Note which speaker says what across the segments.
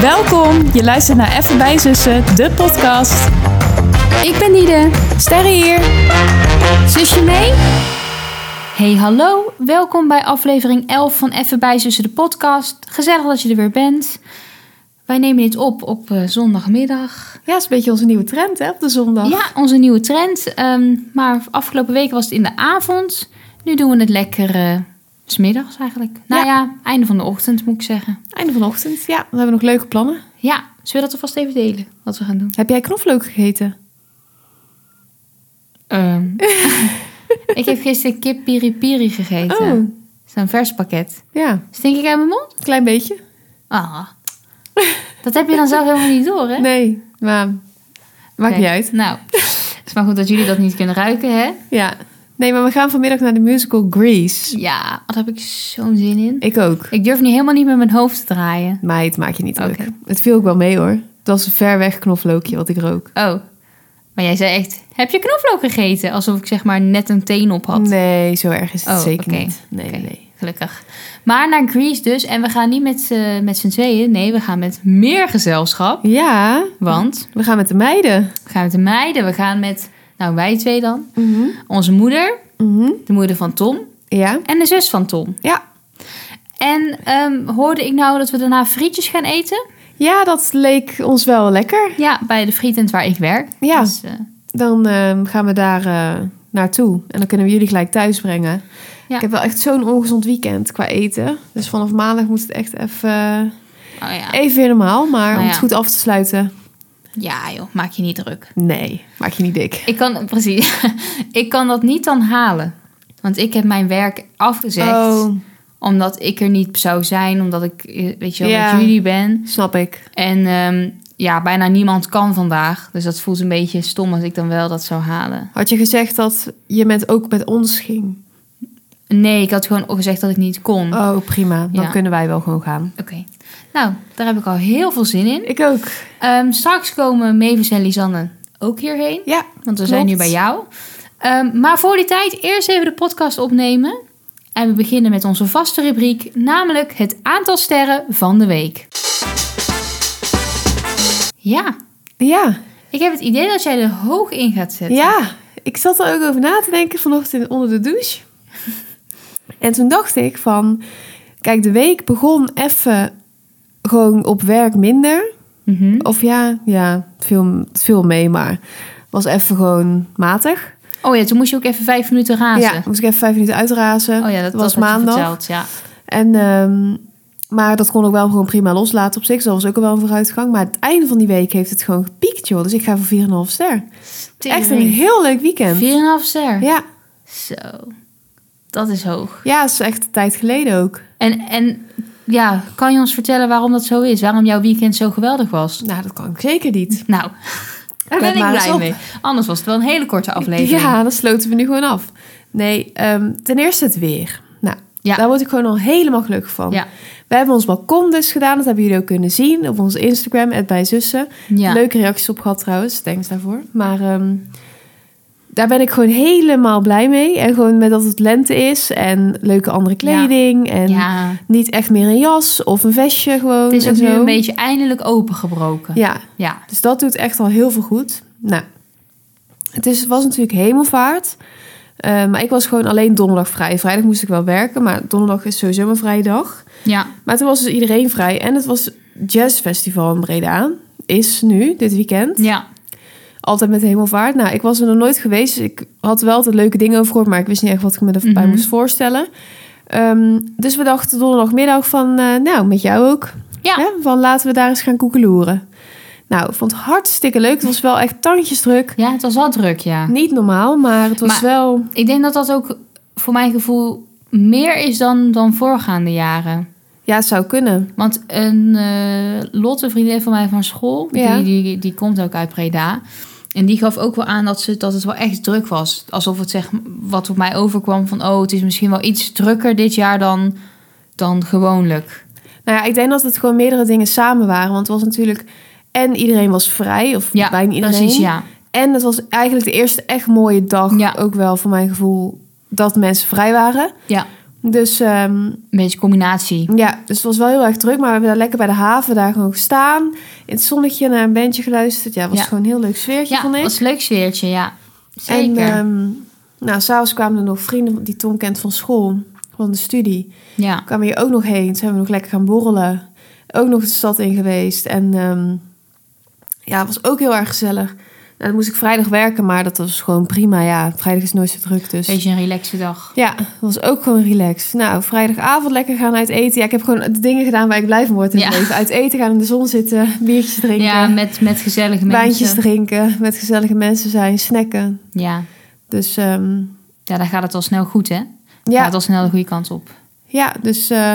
Speaker 1: Welkom, je luistert naar Even bij Zussen, de podcast.
Speaker 2: Ik ben Nide.
Speaker 1: Sterre hier.
Speaker 2: Zusje mee? Hey, hallo. Welkom bij aflevering 11 van Even bij Zussen de podcast. Gezellig dat je er weer bent. Wij nemen dit op op eh, zondagmiddag.
Speaker 1: Ja, is een beetje onze nieuwe trend hè, op de zondag.
Speaker 2: Ja, onze nieuwe trend. Ehm, maar afgelopen week was het in de avond. Nu doen we het lekker eh, 's smiddags eigenlijk. Nou ja. einde van de ochtend moet ik zeggen.
Speaker 1: Einde van de ochtend. Ja, we hebben nog leuke plannen.
Speaker 2: Ja, zullen we dat alvast even delen? Wat we gaan doen?
Speaker 1: Heb jij knoflook gegeten?
Speaker 2: Ehm. ik heb gisteren kip piri piri gegeten.
Speaker 1: Oh.
Speaker 2: Zo'n vers pakket.
Speaker 1: Ja,
Speaker 2: Stink ik uit mijn mond?
Speaker 1: een klein beetje.
Speaker 2: Ah. Dat heb je dan zelf helemaal niet door, hè?
Speaker 1: Nee, maar maakt
Speaker 2: Kijk,
Speaker 1: niet uit.
Speaker 2: Nou, het is maar goed dat jullie dat niet kunnen ruiken, hè?
Speaker 1: Ja. Nee, maar we gaan vanmiddag naar de musical Grease.
Speaker 2: Ja, daar heb ik zo'n zin in.
Speaker 1: Ik ook.
Speaker 2: Ik durf nu helemaal niet met mijn hoofd te draaien.
Speaker 1: Meid, maak je niet druk.
Speaker 2: Oké.
Speaker 1: Het viel ook wel mee hoor. Het was een ver weg knoflookje wat ik rook.
Speaker 2: Oh, maar jij zei echt, heb je knoflook gegeten? Alsof ik zeg maar net een teen op had.
Speaker 1: Nee, zo erg is het
Speaker 2: Oh,
Speaker 1: zeker
Speaker 2: oké.
Speaker 1: niet. Nee,
Speaker 2: Oké.
Speaker 1: nee, nee.
Speaker 2: Gelukkig. Maar naar Greece dus. En we gaan niet met, eh, met z'n tweeën. Nee, we gaan met meer gezelschap.
Speaker 1: Ja,
Speaker 2: Want
Speaker 1: we gaan met de meiden.
Speaker 2: we gaan met de meiden. We gaan met, nou wij twee dan. Onze moeder,
Speaker 1: Mhm.
Speaker 2: de moeder van Tom.
Speaker 1: Ja.
Speaker 2: En de zus van Tom.
Speaker 1: Ja.
Speaker 2: En ehm, hoorde ik nou dat we daarna frietjes gaan eten?
Speaker 1: ja, dat leek ons wel lekker.
Speaker 2: Ja, bij de frietent waar ik werk.
Speaker 1: Ja.
Speaker 2: Dus, eh,
Speaker 1: Dan ehm, gaan we daar eh, naartoe. En dan kunnen we jullie gelijk thuis brengen.
Speaker 2: Ja.
Speaker 1: Ik heb wel echt zo'n ongezond weekend qua eten. Dus vanaf maandag moet het echt even, eh,
Speaker 2: oh ja. Nou
Speaker 1: even weer normaal. Maar om
Speaker 2: ja.
Speaker 1: het goed af te sluiten.
Speaker 2: ja joh, maak je niet druk.
Speaker 1: Nee, maak je niet dik.
Speaker 2: Ik kan, precies, ik kan dat niet dan halen. Want ik heb mijn werk afgezegd.
Speaker 1: Oh,
Speaker 2: Omdat ik er niet zou zijn. Omdat ik, eh, weet je wel,
Speaker 1: Ja.
Speaker 2: met jullie ben.
Speaker 1: snap ik.
Speaker 2: En ehm, ja, bijna niemand kan vandaag. Dus dat voelt een beetje stom als ik dan wel dat zou halen.
Speaker 1: Had je gezegd dat je met, ook met ons ging?
Speaker 2: Nee, ik had gewoon ook gezegd dat ik niet kon.
Speaker 1: Oh, prima. Dan
Speaker 2: Mm. Ja.
Speaker 1: kunnen wij wel gewoon gaan.
Speaker 2: Oké. Nou, daar heb ik al heel veel zin in.
Speaker 1: Ik ook.
Speaker 2: Ehm, straks komen Mavis en Lisanne ook hierheen.
Speaker 1: Ja,
Speaker 2: Want we zijn nu
Speaker 1: klopt.
Speaker 2: bij jou. Ehm, maar voor die tijd eerst even de podcast opnemen. En we beginnen met onze vaste rubriek, namelijk het aantal sterren van de week. Ja,
Speaker 1: Ja,
Speaker 2: ik heb het idee dat jij er hoog in gaat zetten.
Speaker 1: ja. Ik zat er ook over na te denken vanochtend onder de douche. En toen dacht ik van... Kijk, de week begon even gewoon op werk minder.
Speaker 2: Mhm.
Speaker 1: Of ja, ja, veel, veel mee, maar was even gewoon matig.
Speaker 2: Oh ja, toen moest je ook even vijf minuten razen.
Speaker 1: Ja, moest ik even vijf minuten uitrazen.
Speaker 2: Oh ja, dat,
Speaker 1: was
Speaker 2: dat had je
Speaker 1: maandag.
Speaker 2: verteld, ja.
Speaker 1: En, ehm, maar dat kon ik wel gewoon prima loslaten op zich. Dus dat was ook al wel een vooruitgang. Maar het einde van die week heeft het gewoon gepiekt, joh. Dus ik ga voor 4,5 ster. Echt een heel leuk weekend.
Speaker 2: 4,5 ster.
Speaker 1: Ja,
Speaker 2: Zo, dat is hoog.
Speaker 1: ja, dat is echt een tijd geleden ook.
Speaker 2: En, en ja, kan je ons vertellen waarom dat zo is? Waarom jouw weekend zo geweldig was?
Speaker 1: Nou, dat kan ik zeker niet.
Speaker 2: Nou,
Speaker 1: Let
Speaker 2: daar ben ik
Speaker 1: maar eens
Speaker 2: blij
Speaker 1: op.
Speaker 2: mee. Anders was het wel een hele korte aflevering.
Speaker 1: Ja, dat sloten we nu gewoon af. Nee, ehm, ten eerste het weer. Nou,
Speaker 2: Ja.
Speaker 1: daar word ik gewoon al helemaal gelukkig van.
Speaker 2: Ja.
Speaker 1: We hebben ons balkon dus gedaan. Dat hebben jullie ook kunnen zien op onze Instagram, het bij zussen.
Speaker 2: Ja.
Speaker 1: Leuke reacties op gehad trouwens, thanks daarvoor. Maar ehm, daar ben ik gewoon helemaal blij mee. En gewoon met dat het lente is en leuke andere kleding. En
Speaker 2: Ja.
Speaker 1: niet echt meer een jas of een vestje gewoon.
Speaker 2: Het is ook
Speaker 1: en
Speaker 2: nu
Speaker 1: zo.
Speaker 2: een beetje eindelijk opengebroken.
Speaker 1: Ja,
Speaker 2: Ja.
Speaker 1: dus dat doet echt al heel veel goed. Nou, het is, was natuurlijk hemelvaart. Eh, maar ik was gewoon alleen donderdag vrij. Vrijdag moest ik wel werken, maar donderdag is sowieso mijn vrije dag.
Speaker 2: Ja.
Speaker 1: Maar toen was dus iedereen vrij. En het was jazzfestival in Breda. Is nu, dit weekend.
Speaker 2: Ja.
Speaker 1: Altijd met hemelvaart. Nou, ik was er nog nooit geweest. Dus ik had wel altijd leuke dingen over gehoord. Maar ik wist niet echt wat ik me erbij
Speaker 2: Mhm.
Speaker 1: moest voorstellen. Ehm, dus we dachten donderdagmiddag van... eh, nou, met jou ook.
Speaker 2: Ja.
Speaker 1: Hè? Van laten we daar eens gaan koekeloeren. Nou, ik vond het hartstikke leuk. Het was wel echt tandjesdruk.
Speaker 2: Ja, het was wel druk, ja.
Speaker 1: Niet normaal, maar het was
Speaker 2: Maar-
Speaker 1: wel...
Speaker 2: Ik denk dat dat ook voor mijn gevoel meer is dan, dan voorgaande jaren.
Speaker 1: Ja, het zou kunnen.
Speaker 2: Want een eh Lotte, vriendin van mij van school,
Speaker 1: Ja.
Speaker 2: die, die, die komt ook uit Breda. En die gaf ook wel aan dat, ze, dat het wel echt druk was. Alsof het zeg, wat op mij overkwam van... oh, het is misschien wel iets drukker dit jaar dan, dan gewoonlijk.
Speaker 1: Nou ja, ik denk dat het gewoon meerdere dingen samen waren. Want het was natuurlijk... En iedereen was vrij, of
Speaker 2: Ja,
Speaker 1: bijna iedereen.
Speaker 2: precies, ja.
Speaker 1: En het was eigenlijk de eerste echt mooie dag,
Speaker 2: Ja.
Speaker 1: ook wel voor mijn gevoel, dat mensen vrij waren.
Speaker 2: Ja,
Speaker 1: Dus ehm,
Speaker 2: Een beetje combinatie.
Speaker 1: ja, dus het was wel heel erg druk. Maar we hebben daar lekker bij de haven daar gewoon gestaan. In het zonnetje naar een bandje geluisterd. Ja, het was
Speaker 2: Ja.
Speaker 1: gewoon een heel leuk sfeertje,
Speaker 2: Ja,
Speaker 1: vond ik.
Speaker 2: was een leuk sfeertje, ja. Zeker.
Speaker 1: En ehm nou, s'avonds kwamen er nog vrienden die Tom kent van school, van de studie.
Speaker 2: ja.
Speaker 1: Kwamen hier ook nog heen. Toen zijn we nog lekker gaan borrelen. Ook nog de stad in geweest. En ehm, ja, het was ook heel erg gezellig. Nou, dan moest ik vrijdag werken, maar dat was gewoon prima. Ja, vrijdag is nooit zo druk, dus...
Speaker 2: Beetje een relaxe dag.
Speaker 1: Ja, dat was ook gewoon relaxed. Nou, vrijdagavond lekker gaan uit eten. Ja, ik heb gewoon de dingen gedaan waar ik blij van word in het
Speaker 2: Ja.
Speaker 1: leven. Uit eten gaan, in de zon zitten, biertjes drinken,
Speaker 2: Ja, met, met gezellige mensen.
Speaker 1: wijntjes drinken, met gezellige mensen zijn, snacken.
Speaker 2: Ja.
Speaker 1: Dus ehm,
Speaker 2: ja, daar gaat het al snel goed, hè?
Speaker 1: ja,
Speaker 2: Gaat al snel de goede kant op.
Speaker 1: ja, dus eh,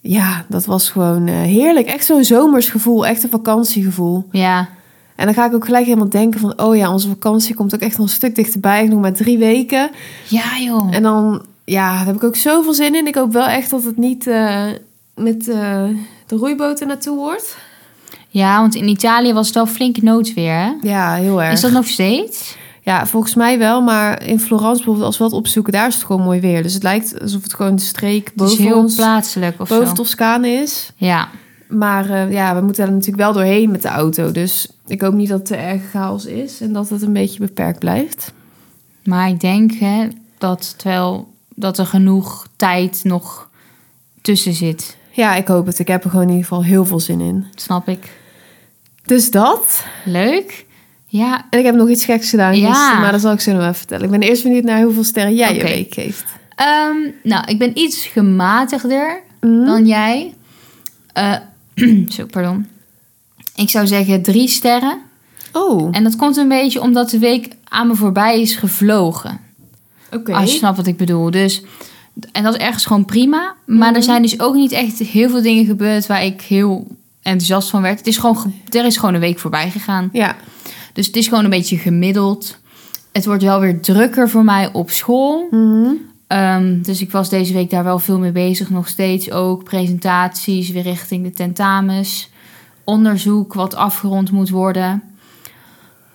Speaker 1: ja, dat was gewoon eh, heerlijk. Echt zo'n zomers gevoel, echt een vakantiegevoel.
Speaker 2: Ja,
Speaker 1: En dan ga ik ook gelijk helemaal denken van, oh ja, onze vakantie komt ook echt nog een stuk dichterbij. Nog maar drie weken.
Speaker 2: ja joh.
Speaker 1: En dan, ja, daar heb ik ook zoveel zin in. Ik hoop wel echt dat het niet eh, met eh, de roeiboten naartoe wordt.
Speaker 2: Ja, want in Italië was het wel flink noodweer, hè?
Speaker 1: Ja, heel erg.
Speaker 2: Is dat nog steeds?
Speaker 1: Ja, volgens mij wel. Maar in Florence bijvoorbeeld, als we dat opzoeken, daar is het gewoon mooi weer. Dus het lijkt alsof het gewoon de streek
Speaker 2: Het is
Speaker 1: boven,
Speaker 2: heel
Speaker 1: ons,
Speaker 2: plaatselijk of
Speaker 1: boven
Speaker 2: zo.
Speaker 1: Toscane is.
Speaker 2: Ja,
Speaker 1: Maar eh, ja, we moeten er natuurlijk wel doorheen met de auto. Dus ik hoop niet dat het te erg chaos is en dat het een beetje beperkt blijft.
Speaker 2: maar ik denk hè, dat, terwijl, dat er genoeg tijd nog tussen zit.
Speaker 1: Ja, ik hoop het. Ik heb er gewoon in ieder geval heel veel zin in.
Speaker 2: Snap ik.
Speaker 1: Dus dat.
Speaker 2: Leuk. Ja,
Speaker 1: En ik heb nog iets geks gedaan
Speaker 2: Ja.
Speaker 1: gisteren, maar dat zal ik zo nog even vertellen. Ik ben eerst benieuwd naar hoeveel sterren jij
Speaker 2: Oké.
Speaker 1: je week geeft.
Speaker 2: ehm, nou, ik ben iets gematigder
Speaker 1: Mhm.
Speaker 2: dan jij. Eh, zo, pardon. Ik zou zeggen drie sterren.
Speaker 1: Oh,
Speaker 2: En dat komt een beetje omdat de week aan me voorbij is gevlogen.
Speaker 1: oké.
Speaker 2: Als je snapt wat ik bedoel. Dus, en dat is ergens gewoon prima. Maar
Speaker 1: Mhm.
Speaker 2: er zijn dus ook niet echt heel veel dingen gebeurd waar ik heel enthousiast van werd. Het is gewoon, ge- er is gewoon een week voorbij gegaan.
Speaker 1: Ja,
Speaker 2: Dus het is gewoon een beetje gemiddeld. Het wordt wel weer drukker voor mij op school.
Speaker 1: Mhm.
Speaker 2: Ehm, dus ik was deze week daar wel veel mee bezig. Nog steeds ook presentaties weer richting de tentamens. Onderzoek wat afgerond moet worden.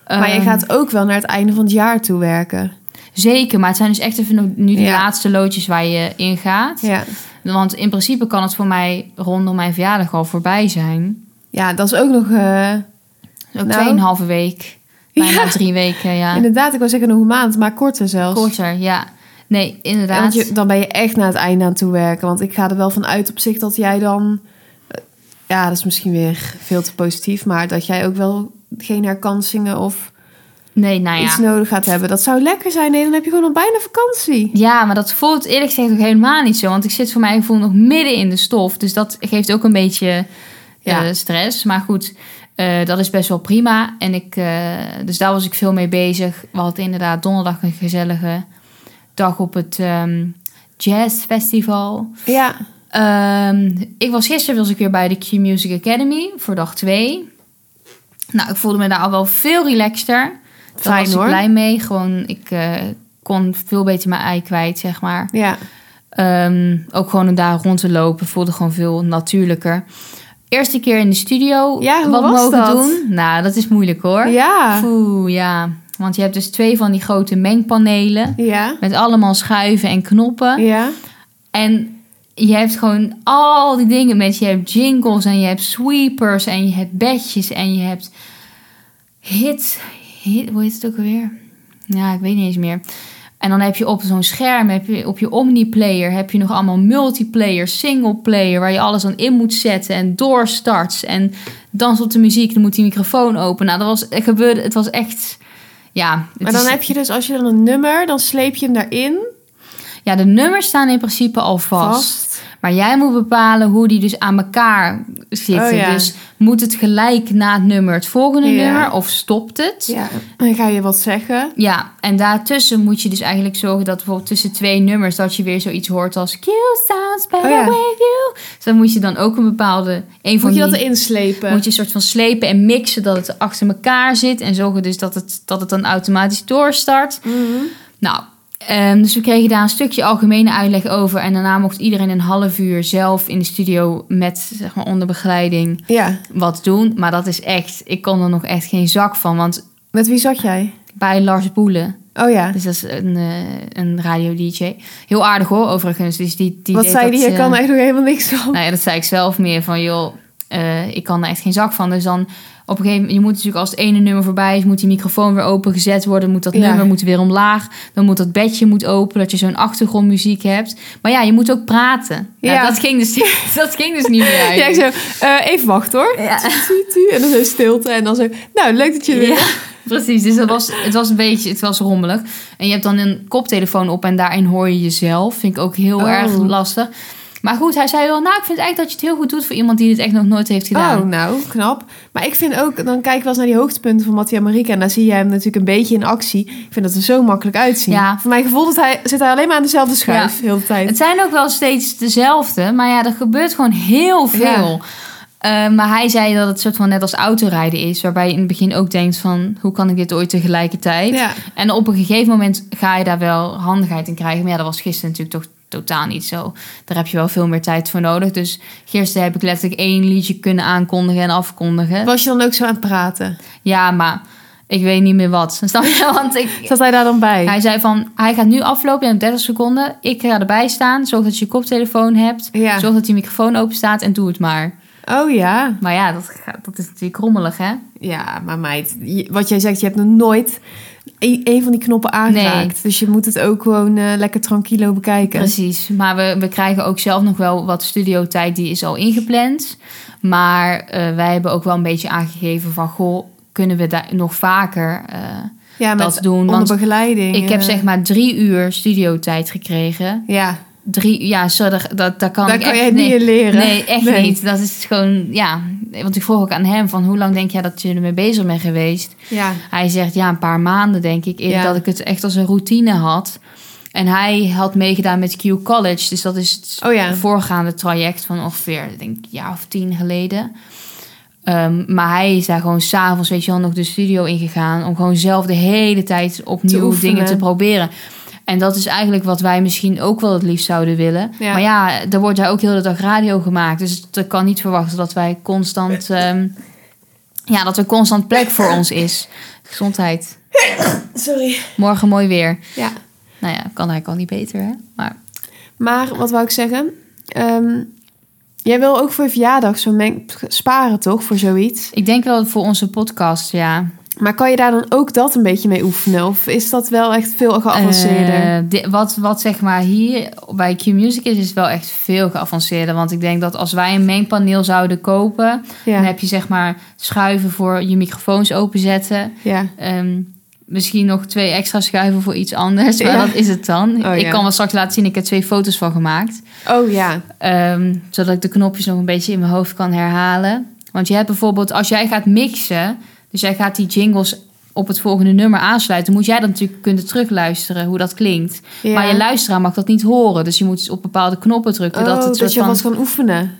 Speaker 1: maar je
Speaker 2: Ehm,
Speaker 1: gaat ook wel naar het einde van het jaar toe werken.
Speaker 2: Zeker, maar het zijn dus echt even nu- nu de
Speaker 1: Ja.
Speaker 2: laatste loodjes waar je in gaat.
Speaker 1: Ja.
Speaker 2: Want in principe kan het voor mij rondom mijn verjaardag al voorbij zijn.
Speaker 1: ja, dat is ook nog... eh,
Speaker 2: Ook
Speaker 1: Nou.
Speaker 2: tweeënhalve week. Bijna
Speaker 1: Ja.
Speaker 2: drie weken, ja.
Speaker 1: Inderdaad, ik wou zeggen nog een maand, maar korter zelfs.
Speaker 2: Korter, ja. Nee,
Speaker 1: Ja,
Speaker 2: inderdaad.
Speaker 1: want je, dan ben je echt naar het einde aan toe werken. Want ik ga er wel van uit op zich dat jij dan... eh, Ja, dat is misschien weer veel te positief, maar dat jij ook wel geen herkansingen of
Speaker 2: Nee, nou
Speaker 1: iets
Speaker 2: ja.
Speaker 1: nodig gaat hebben. Dat zou lekker zijn. Nee, dan heb je gewoon al bijna vakantie.
Speaker 2: Ja, maar dat voelt eerlijk gezegd ook helemaal niet zo. Want ik zit voor mijn gevoel nog midden in de stof. Dus dat geeft ook een beetje
Speaker 1: Ja.
Speaker 2: eh, stress. Maar goed, eh, dat is best wel prima. En ik, eh, dus daar was ik veel mee bezig. We hadden inderdaad donderdag een gezellige dag op het ehm, Jazz Festival.
Speaker 1: Ja,
Speaker 2: Ehm, ik was gisteren was ik weer bij de Q Music Academy voor dag 2. Nou, ik voelde me daar al wel veel relaxter. Daar
Speaker 1: Fijn,
Speaker 2: was ik
Speaker 1: hoor.
Speaker 2: blij mee. Gewoon, ik eh, kon veel beter mijn ei kwijt, zeg maar.
Speaker 1: ja.
Speaker 2: Ehm, ook gewoon om daar rond te lopen voelde gewoon veel natuurlijker. Eerste keer in de studio
Speaker 1: Ja, hoe
Speaker 2: wat
Speaker 1: was
Speaker 2: mogen
Speaker 1: dat?
Speaker 2: doen. Nou, dat is moeilijk hoor.
Speaker 1: Ja.
Speaker 2: Oeh, ja. Want je hebt dus twee van die grote mengpanelen.
Speaker 1: Ja.
Speaker 2: Met allemaal schuiven en knoppen.
Speaker 1: Ja.
Speaker 2: En je hebt gewoon al die dingen met. Je hebt jingles en je hebt sweepers en je hebt bedjes en je hebt hits. Hit, hoe heet het ook alweer? Ja, ik weet niet eens meer. En dan heb je op zo'n scherm, heb je, op je omniplayer, heb je nog allemaal multiplayer, singleplayer, waar je alles aan in moet zetten en doorstarts en dans op de muziek, dan moet die microfoon open. Nou, dat was, het gebeurde, het was echt, ja. het
Speaker 1: Maar dan
Speaker 2: is-
Speaker 1: heb je dus, als je dan een nummer, dan sleep je hem daarin.
Speaker 2: ja, de nummers staan in principe al vast. Maar jij moet bepalen hoe die dus aan elkaar zitten.
Speaker 1: Oh ja.
Speaker 2: Dus moet het gelijk na het nummer het volgende
Speaker 1: Ja.
Speaker 2: nummer of stopt het?
Speaker 1: Ja. Dan ga je wat zeggen.
Speaker 2: Ja, en daartussen moet je dus eigenlijk zorgen dat bijvoorbeeld tussen twee nummers dat je weer zoiets hoort als Q sounds better
Speaker 1: Oh ja.
Speaker 2: with you. Dus dan moet je dan ook een bepaalde een van
Speaker 1: Moet je
Speaker 2: die
Speaker 1: dat erin slepen?
Speaker 2: moet je een soort van slepen en mixen dat het achter elkaar zit en zorgen dus dat het dat het dan automatisch doorstart.
Speaker 1: Mhm.
Speaker 2: Nou, ehm, dus we kregen daar een stukje algemene uitleg over. En daarna mocht iedereen een half uur zelf in de studio met, zeg maar, onder begeleiding
Speaker 1: Ja.
Speaker 2: wat doen. Maar dat is echt, ik kon er nog echt geen zak van. Want
Speaker 1: Met wie zat jij?
Speaker 2: bij Lars Boelen.
Speaker 1: Oh ja.
Speaker 2: Dus dat is een, eh, een radio-dj. Heel aardig hoor, overigens. Dus die, die
Speaker 1: Wat
Speaker 2: deed
Speaker 1: zei
Speaker 2: dat,
Speaker 1: die? Je
Speaker 2: eh,
Speaker 1: kan er echt nog helemaal niks van.
Speaker 2: Nou ja, dat zei ik zelf meer van, joh, eh, ik kan er echt geen zak van. Dus dan op een gegeven moment, je moet natuurlijk als het ene nummer voorbij is, moet die microfoon weer opengezet worden, moet dat
Speaker 1: Ja.
Speaker 2: nummer moet weer omlaag, dan moet dat bedje moet open, dat je zo'n achtergrondmuziek hebt. Maar ja, je moet ook praten. Ja.
Speaker 1: Ja.
Speaker 2: dat, ging dus, dat ging dus niet meer
Speaker 1: Ja, ik
Speaker 2: eigenlijk.
Speaker 1: zo, eh, even wachten hoor. Tuut, tuut. En dan zo stilte en dan zo, nou leuk dat je er weer...
Speaker 2: Ja, precies. Dus dat was, het was een beetje, het was rommelig. En je hebt dan een koptelefoon op en daarin hoor je jezelf. Vind ik ook heel
Speaker 1: Oh.
Speaker 2: erg lastig. Maar goed, hij zei wel, nou, ik vind eigenlijk dat je het heel goed doet voor iemand die dit echt nog nooit heeft gedaan.
Speaker 1: Oh, nou, knap. Maar ik vind ook, dan kijk ik wel eens naar die hoogtepunten van Mattia Marieke. En daar zie je hem natuurlijk een beetje in actie. Ik vind dat er zo makkelijk uitzien.
Speaker 2: Ja.
Speaker 1: Voor mijn gevoel dat hij, zit hij alleen maar aan dezelfde schuif heel de tijd.
Speaker 2: Het zijn ook wel steeds dezelfde, maar ja, er gebeurt gewoon heel veel. Eh, maar hij zei dat het soort van net als autorijden is, waarbij je in het begin ook denkt van, hoe kan ik dit ooit tegelijkertijd?
Speaker 1: Ja.
Speaker 2: En op een gegeven moment ga je daar wel handigheid in krijgen. Maar ja, dat was gisteren natuurlijk toch totaal niet zo. Daar heb je wel veel meer tijd voor nodig. Dus gisteren heb ik letterlijk één liedje kunnen aankondigen en afkondigen.
Speaker 1: Was je dan ook zo aan het praten?
Speaker 2: Ja, maar ik weet niet meer wat. Snap je? Want ik,
Speaker 1: Zat hij daar dan bij?
Speaker 2: hij zei van, hij gaat nu aflopen in 30 seconden. Ik ga erbij staan. Zorg dat je je koptelefoon hebt.
Speaker 1: Ja.
Speaker 2: Zorg dat die microfoon open staat en doe het maar.
Speaker 1: Oh ja.
Speaker 2: Maar ja, dat, gaat- dat is natuurlijk rommelig, hè?
Speaker 1: Ja, maar meid, je- wat jij zegt, je hebt nog nooit e- een van die knoppen aangeraakt.
Speaker 2: Nee.
Speaker 1: Dus je moet het ook gewoon eh, lekker tranquilo bekijken.
Speaker 2: Precies. Maar we, we krijgen ook zelf nog wel wat studiotijd. Die is al ingepland. Maar eh, wij hebben ook wel een beetje aangegeven van... Goh, kunnen we daar nog vaker... eh,
Speaker 1: Ja, met
Speaker 2: dat doen,
Speaker 1: onder
Speaker 2: want
Speaker 1: begeleiding.
Speaker 2: ik heb
Speaker 1: eh,
Speaker 2: zeg maar drie uur studiotijd gekregen.
Speaker 1: Ja,
Speaker 2: Drie, ja, sorry, dat, dat, dat kan
Speaker 1: daar
Speaker 2: ik
Speaker 1: kan
Speaker 2: echt
Speaker 1: jij het
Speaker 2: nee.
Speaker 1: niet in leren.
Speaker 2: Nee, echt
Speaker 1: Nee.
Speaker 2: niet. Dat is gewoon, ja. Want ik vroeg ook aan hem van hoe lang denk jij dat je ermee bezig bent geweest?
Speaker 1: Ja.
Speaker 2: Hij zegt ja, een paar maanden denk ik. Eerder
Speaker 1: Ja.
Speaker 2: dat ik het echt als een routine had. En hij had meegedaan met Q College. Dus dat is het
Speaker 1: Oh ja.
Speaker 2: voorgaande traject van ongeveer, ik denk een jaar of tien geleden. Ehm, maar hij is daar gewoon s'avonds, weet je wel, nog de studio ingegaan. Om gewoon zelf de hele tijd opnieuw
Speaker 1: oefenen.
Speaker 2: dingen te proberen. En dat is eigenlijk wat wij misschien ook wel het liefst zouden willen.
Speaker 1: Ja.
Speaker 2: Maar ja, er wordt daar ook heel de dag radio gemaakt. Dus ik kan niet verwachten dat wij constant... ehm, ja, dat er constant plek voor ons is. Gezondheid.
Speaker 1: Sorry.
Speaker 2: Morgen mooi weer.
Speaker 1: Ja.
Speaker 2: Nou ja, kan eigenlijk al niet beter, hè? Maar
Speaker 1: Maar wat wou ik zeggen? Ehm, jij wil ook voor je verjaardag zo'n meng sparen, toch? Voor zoiets.
Speaker 2: ik denk wel voor onze podcast, ja.
Speaker 1: Maar kan je daar dan ook dat een beetje mee oefenen? Of is dat wel echt veel geavanceerder?
Speaker 2: Eh, di- wat, wat zeg maar hier bij Q Music is, is wel echt veel geavanceerder. Want ik denk dat als wij een mengpaneel zouden kopen... dan
Speaker 1: ja.
Speaker 2: heb je zeg maar schuiven voor je microfoons openzetten.
Speaker 1: ja.
Speaker 2: Ehm, misschien nog twee extra schuiven voor iets anders. Maar
Speaker 1: Ja.
Speaker 2: dat is het dan.
Speaker 1: Oh,
Speaker 2: ik
Speaker 1: ja.
Speaker 2: kan wel straks laten zien, ik heb twee foto's van gemaakt.
Speaker 1: Oh ja.
Speaker 2: Ehm, zodat ik de knopjes nog een beetje in mijn hoofd kan herhalen. Want je hebt bijvoorbeeld, als jij gaat mixen, dus jij gaat die jingles op het volgende nummer aansluiten, moet jij dan natuurlijk kunnen terugluisteren hoe dat klinkt.
Speaker 1: ja.
Speaker 2: Maar je luisteraar mag dat niet horen, dus je moet op bepaalde knoppen drukken.
Speaker 1: Oh,
Speaker 2: dat
Speaker 1: dat,
Speaker 2: het soort
Speaker 1: je
Speaker 2: van,
Speaker 1: wat kan oefenen.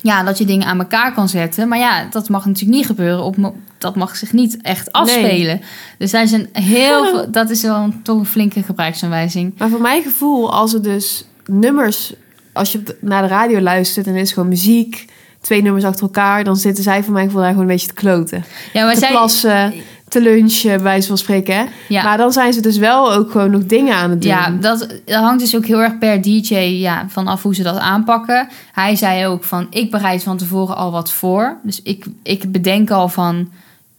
Speaker 2: ja, dat je dingen aan elkaar kan zetten. Maar ja, dat mag natuurlijk niet gebeuren. Op, mo- dat mag zich niet echt afspelen. Dus daar zijn heel veel, dat is wel een, toch een flinke gebruiksaanwijzing.
Speaker 1: Maar voor mijn gevoel, als er dus nummers... Als je op de- naar de radio luistert en er is gewoon muziek... Twee nummers achter elkaar, dan zitten zij voor mijn gevoel daar gewoon een beetje te kloten.
Speaker 2: Ja, maar
Speaker 1: te
Speaker 2: zij,
Speaker 1: plassen, te lunchen, bij wijze van spreken. Hè?
Speaker 2: ja.
Speaker 1: Maar dan zijn ze dus wel ook gewoon nog dingen aan het doen.
Speaker 2: Ja, dat, dat hangt dus ook heel erg per DJ ja, vanaf hoe ze dat aanpakken. Hij zei ook van, ik bereid van tevoren al wat voor. Dus ik, ik bedenk al van...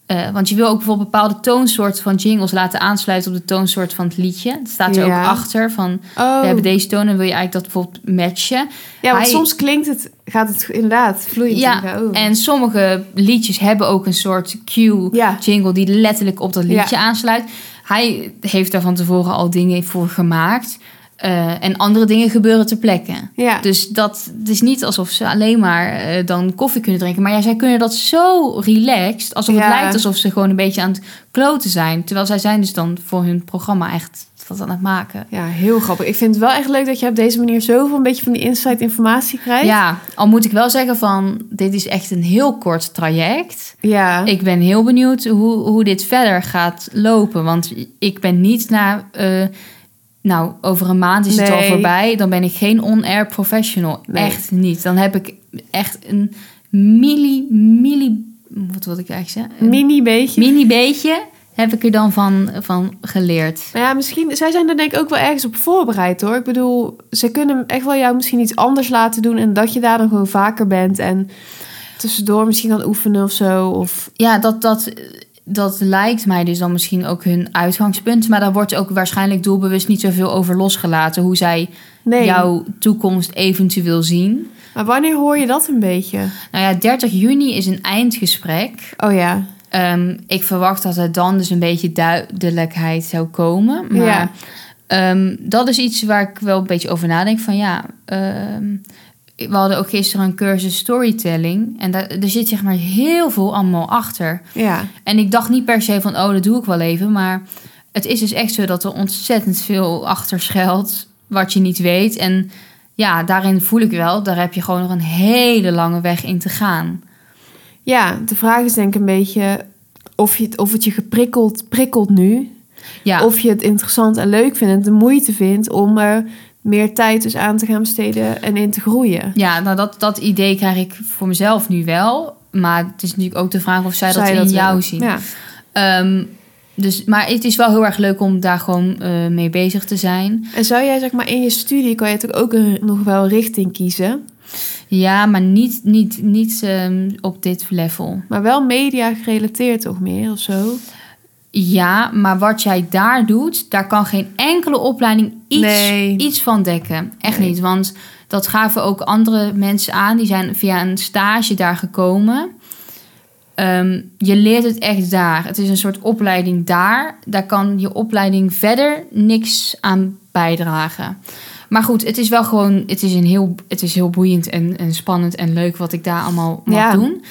Speaker 2: eh, want je wil ook bijvoorbeeld bepaalde toonsoorten van jingles laten aansluiten op de toonsoort van het liedje. Het staat er
Speaker 1: Ja.
Speaker 2: ook achter van,
Speaker 1: oh.
Speaker 2: we hebben deze toon en wil je eigenlijk dat bijvoorbeeld matchen.
Speaker 1: ja, want
Speaker 2: hij-
Speaker 1: soms klinkt het, gaat het inderdaad vloeiend
Speaker 2: Ja,
Speaker 1: in elkaar over.
Speaker 2: En sommige liedjes hebben ook een soort cue
Speaker 1: Ja.
Speaker 2: jingle die letterlijk op dat liedje aansluit. Hij heeft daar van tevoren al dingen voor gemaakt. eh, en andere dingen gebeuren ter plekke.
Speaker 1: ja.
Speaker 2: Dus dat het is niet alsof ze alleen maar eh, dan koffie kunnen drinken. Maar ja, zij kunnen dat zo relaxed. Alsof
Speaker 1: Ja.
Speaker 2: het lijkt alsof ze gewoon een beetje aan het kloten zijn. Terwijl zij zijn dus dan voor hun programma echt wat aan het maken.
Speaker 1: ja, heel grappig. Ik vind het wel echt leuk dat je op deze manier zoveel een beetje van die insight informatie krijgt.
Speaker 2: Ja, al moet ik wel zeggen van... dit is echt een heel kort traject.
Speaker 1: ja.
Speaker 2: Ik ben heel benieuwd hoe, hoe dit verder gaat lopen. Want ik ben niet na. eh, nou, over een maand is het al
Speaker 1: Nee.
Speaker 2: voorbij. Dan ben ik geen on-air professional.
Speaker 1: Nee.
Speaker 2: Echt niet. Dan heb ik echt een milli, milli... Wat wil ik eigenlijk zeggen? Een
Speaker 1: Mini beetje.
Speaker 2: mini beetje heb ik er dan van, van geleerd.
Speaker 1: Maar ja, misschien... Zij zijn er denk ik ook wel ergens op voorbereid, hoor. Ik bedoel, ze kunnen echt wel jou misschien iets anders laten doen... en dat je daar dan gewoon vaker bent en tussendoor misschien gaan oefenen of zo. Of,
Speaker 2: Ja, dat, dat, dat lijkt mij dus dan misschien ook hun uitgangspunt. Maar daar wordt ook waarschijnlijk doelbewust niet zoveel over losgelaten. Hoe zij
Speaker 1: nee,
Speaker 2: jouw toekomst eventueel zien.
Speaker 1: maar wanneer hoor je dat een beetje?
Speaker 2: Nou ja, 30 juni is een eindgesprek.
Speaker 1: Oh ja,
Speaker 2: Ehm, ik verwacht dat er dan dus een beetje duidelijkheid zou komen. Maar
Speaker 1: Ja.
Speaker 2: ehm, dat is iets waar ik wel een beetje over nadenk. Van ja, ehm, we hadden ook gisteren een cursus storytelling. En daar, er zit zeg maar heel veel allemaal achter.
Speaker 1: ja.
Speaker 2: En ik dacht niet per se van, oh, dat doe ik wel even. Maar het is dus echt zo dat er ontzettend veel achter schuilt wat je niet weet. En ja, daarin voel ik wel, daar heb je gewoon nog een hele lange weg in te gaan.
Speaker 1: Ja, de vraag is denk ik een beetje of, je, het- of het je geprikkeld prikkelt nu.
Speaker 2: Ja,
Speaker 1: Of je het interessant en leuk vindt en de moeite vindt om er meer tijd dus aan te gaan besteden en in te groeien.
Speaker 2: ja nou dat, dat idee krijg ik voor mezelf nu wel. Maar het is natuurlijk ook de vraag of zij, dat
Speaker 1: Zou
Speaker 2: in
Speaker 1: je
Speaker 2: jou
Speaker 1: willen?
Speaker 2: zien.
Speaker 1: Ja.
Speaker 2: Ehm, dus, maar het is wel heel erg leuk om daar gewoon eh, mee bezig te zijn.
Speaker 1: En zou jij zeg maar in je studie, kan je natuurlijk ook een- nog wel een richting kiezen.
Speaker 2: Ja, maar niet, niet, niet ehm, op dit level.
Speaker 1: Maar wel media gerelateerd toch meer of zo?
Speaker 2: Ja, maar wat jij daar doet, daar kan geen enkele opleiding iets,
Speaker 1: Nee.
Speaker 2: iets van dekken. Echt
Speaker 1: Nee.
Speaker 2: niet, want dat gaven ook andere mensen aan. Die zijn via een stage daar gekomen. Ehm, je leert het echt daar. Het is een soort opleiding daar. Daar kan je opleiding verder niks aan bijdragen. Maar goed, het is wel gewoon... Het is, een heel, het is heel boeiend en, en spannend en leuk wat ik daar allemaal mag
Speaker 1: Ja.
Speaker 2: doen.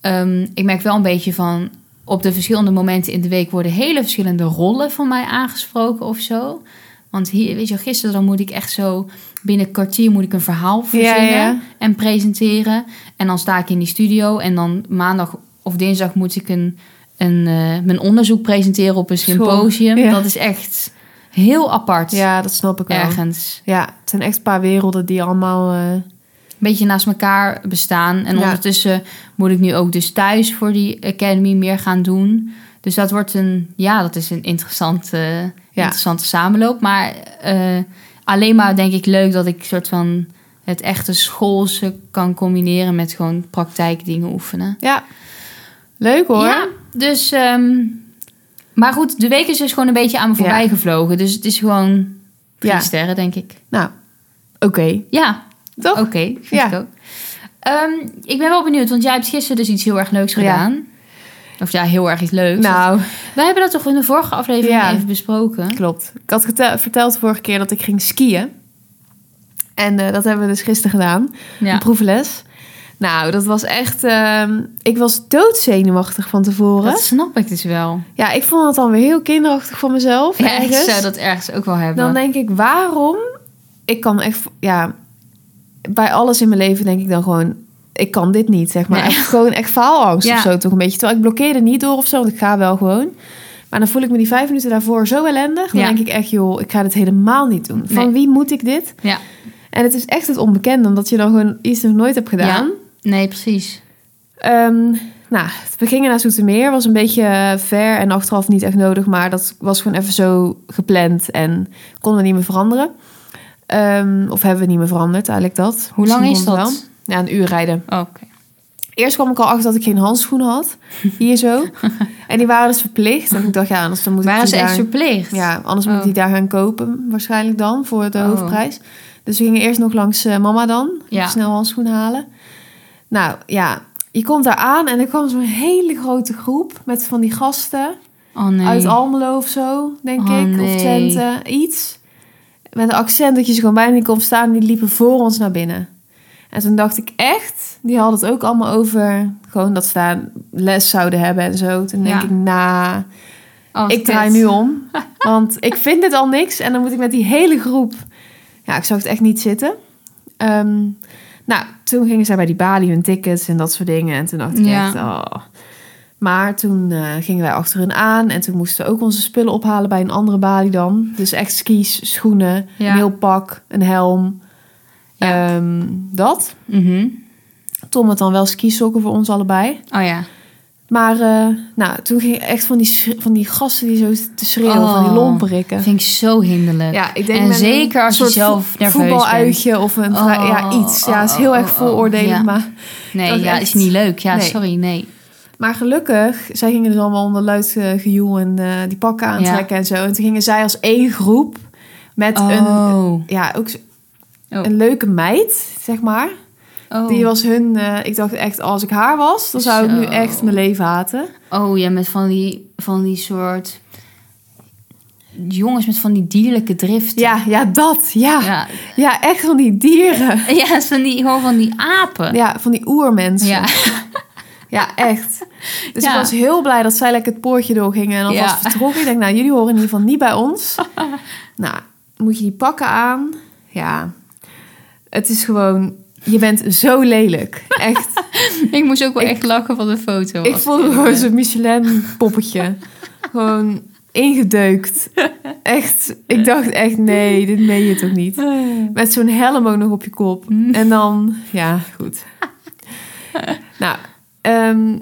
Speaker 2: Ehm, ik merk wel een beetje van... Op de verschillende momenten in de week worden hele verschillende rollen van mij aangesproken of zo. Want hier, weet je, wel, gisteren dan moet ik echt zo binnen een kwartier moet ik een verhaal verzinnen
Speaker 1: ja.
Speaker 2: en presenteren. En dan sta ik in die studio en dan maandag of dinsdag moet ik een, een, eh, mijn onderzoek presenteren op een
Speaker 1: School,
Speaker 2: symposium.
Speaker 1: ja.
Speaker 2: Dat is echt heel apart
Speaker 1: Ja, dat snap ik wel.
Speaker 2: ergens.
Speaker 1: Ja, het zijn echt een paar werelden die allemaal... eh,
Speaker 2: Een beetje naast elkaar bestaan. En
Speaker 1: Ja.
Speaker 2: ondertussen moet ik nu ook dus thuis voor die academy meer gaan doen. Dus dat wordt een, ja, dat is een interessante, interessante samenloop. Maar eh, alleen maar denk ik leuk dat ik soort van het echte schoolse kan combineren met gewoon praktijkdingen oefenen.
Speaker 1: ja, leuk hoor.
Speaker 2: Ja, dus. ehm, maar goed, de week is dus gewoon een beetje aan me
Speaker 1: Ja.
Speaker 2: voorbij gevlogen. Dus het is gewoon drie
Speaker 1: Ja.
Speaker 2: sterren, denk ik.
Speaker 1: Nou, oké.
Speaker 2: Ja,
Speaker 1: Toch?
Speaker 2: oké. vind
Speaker 1: Oh, Ja.
Speaker 2: ik ook. Ehm, ik ben wel benieuwd, want jij hebt gisteren dus iets heel erg leuks
Speaker 1: Ja.
Speaker 2: gedaan. Of ja, heel erg iets leuks.
Speaker 1: Nou,
Speaker 2: Wij hebben dat toch in de vorige aflevering
Speaker 1: Ja.
Speaker 2: even besproken?
Speaker 1: Klopt. Ik had getel- verteld vorige keer dat ik ging skiën. En eh, dat hebben we dus gisteren gedaan. Een
Speaker 2: Ja.
Speaker 1: proefles. Nou, dat was echt... ehm, ik was doodzenuwachtig van tevoren.
Speaker 2: Dat snap ik dus wel.
Speaker 1: Ja, ik vond het dan weer heel kinderachtig van mezelf.
Speaker 2: Ja, ik
Speaker 1: ergens.
Speaker 2: zou dat ergens ook wel hebben.
Speaker 1: Dan denk ik, waarom? Ik kan echt... Ja, bij alles in mijn leven denk ik dan gewoon... Ik kan dit niet, zeg maar.
Speaker 2: Nee.
Speaker 1: Echt gewoon echt faalangst
Speaker 2: Ja.
Speaker 1: of zo toch een beetje. Terwijl ik blokkeerde niet door of zo, want ik ga wel gewoon. Maar dan voel ik me die vijf minuten daarvoor zo ellendig. Dan
Speaker 2: Ja.
Speaker 1: denk ik echt, joh, ik ga dit helemaal niet doen. Van
Speaker 2: Nee.
Speaker 1: wie moet ik dit?
Speaker 2: Ja.
Speaker 1: En het is echt het onbekende, omdat je dan gewoon iets nog nooit hebt gedaan.
Speaker 2: Nee, precies.
Speaker 1: Ehm, nou, we gingen naar Zoetermeer. Was een beetje eh, ver en achteraf niet echt nodig. Maar dat was gewoon even zo gepland. En konden we niet meer veranderen. Ehm, of hebben we niet meer veranderd, eigenlijk dat.
Speaker 2: Hoe lang
Speaker 1: Misschien
Speaker 2: is
Speaker 1: komt het
Speaker 2: dat?
Speaker 1: wel. Ja, een uur rijden.
Speaker 2: Oh, Oké.
Speaker 1: Eerst kwam ik al achter dat ik geen handschoenen had. Hier zo. en die waren dus verplicht. En ik dacht, ja, anders dan moet ik
Speaker 2: Waren
Speaker 1: die
Speaker 2: ze echt
Speaker 1: daar-
Speaker 2: verplicht?
Speaker 1: ja, anders moet
Speaker 2: Oh.
Speaker 1: ik die daar gaan kopen waarschijnlijk dan voor de
Speaker 2: Oh.
Speaker 1: hoofdprijs. Dus we gingen eerst nog langs eh, mama dan.
Speaker 2: Ja.
Speaker 1: Snel handschoenen halen. Nou ja, je komt daar aan en er kwam zo'n hele grote groep met van die gasten
Speaker 2: Oh nee.
Speaker 1: uit Almelo of zo, denk
Speaker 2: Oh,
Speaker 1: ik.
Speaker 2: nee.
Speaker 1: Of Twente, iets. Met een accent dat je ze gewoon bijna niet kon staan. Die liepen voor ons naar binnen. En toen dacht ik echt, die hadden het ook allemaal over gewoon dat ze daar les zouden hebben en zo. Toen denk
Speaker 2: Ja.
Speaker 1: ik, nou, na
Speaker 2: Oh,
Speaker 1: ik
Speaker 2: kut.
Speaker 1: draai nu om. Want ik vind dit al niks. En dan moet ik met die hele groep. Ja, ik zag het echt niet zitten. Ehm, nou, toen gingen zij bij die balie hun tickets en dat soort dingen. En toen dacht ik
Speaker 2: Ja.
Speaker 1: echt, oh. Maar toen eh, gingen wij achter hun aan. En toen moesten we ook onze spullen ophalen bij een andere balie dan. Dus echt skis, schoenen,
Speaker 2: Ja.
Speaker 1: een heel pak, een helm.
Speaker 2: Ja.
Speaker 1: Ehm, dat.
Speaker 2: Mhm.
Speaker 1: Tom had dan wel skisokken voor ons allebei.
Speaker 2: Oh ja.
Speaker 1: Maar eh, nou, toen ging ik echt van die, sch- van die gasten die zo te schreeuwen, van die
Speaker 2: Oh.
Speaker 1: lomperikken.
Speaker 2: vind ik zo hinderlijk.
Speaker 1: Ja, ik denk
Speaker 2: en
Speaker 1: met een
Speaker 2: zeker als je
Speaker 1: soort
Speaker 2: zelf
Speaker 1: vo-
Speaker 2: nerveus
Speaker 1: voetbaluitje of een vra-
Speaker 2: Oh,
Speaker 1: ja, iets. Ja, het is heel
Speaker 2: oh,
Speaker 1: erg
Speaker 2: oh, oh,
Speaker 1: vooroordelig,
Speaker 2: ja.
Speaker 1: maar... Dat
Speaker 2: Nee,
Speaker 1: is
Speaker 2: ja,
Speaker 1: echt-
Speaker 2: is niet leuk. Ja,
Speaker 1: Nee.
Speaker 2: sorry, nee.
Speaker 1: Maar gelukkig, zij gingen dus allemaal onder luid eh, gejoel en eh, die pakken aantrekken en zo. En toen gingen zij als één groep met een,
Speaker 2: Oh.
Speaker 1: ja, ook zo-
Speaker 2: Oh.
Speaker 1: een leuke meid, zeg maar.
Speaker 2: Oh.
Speaker 1: Die was hun, eh, ik dacht echt, als ik haar was, dan zou ik nu
Speaker 2: Zo.
Speaker 1: echt mijn leven haten.
Speaker 2: oh ja, met van die, van die soort... Jongens met van die dierlijke driften.
Speaker 1: Ja, ja, dat, ja. Ja,
Speaker 2: Ja,
Speaker 1: echt van die dieren.
Speaker 2: ja is van die, gewoon van die apen.
Speaker 1: Ja, van die oermensen.
Speaker 2: Ja.
Speaker 1: Ja, echt. Dus
Speaker 2: Ja.
Speaker 1: ik was heel blij dat zij lekker het poortje doorgingen en alvast
Speaker 2: Ja.
Speaker 1: vertrokken. Ik denk, nou, jullie horen in ieder geval niet bij ons. nou, moet je die pakken aan? Ja. Het is gewoon, je bent zo lelijk. Echt.
Speaker 2: Ik moest ook wel
Speaker 1: Ik-
Speaker 2: echt lachen van de foto.
Speaker 1: ik
Speaker 2: als eh,
Speaker 1: voelde me
Speaker 2: eerlijk
Speaker 1: gewoon
Speaker 2: ben.
Speaker 1: zo'n Michelin-poppetje. gewoon ingedeukt. Echt. Ik dacht echt, nee, dit meen je toch niet. Met zo'n helm ook nog op je kop.
Speaker 2: Mm.
Speaker 1: En dan, ja, goed. nou, ehm,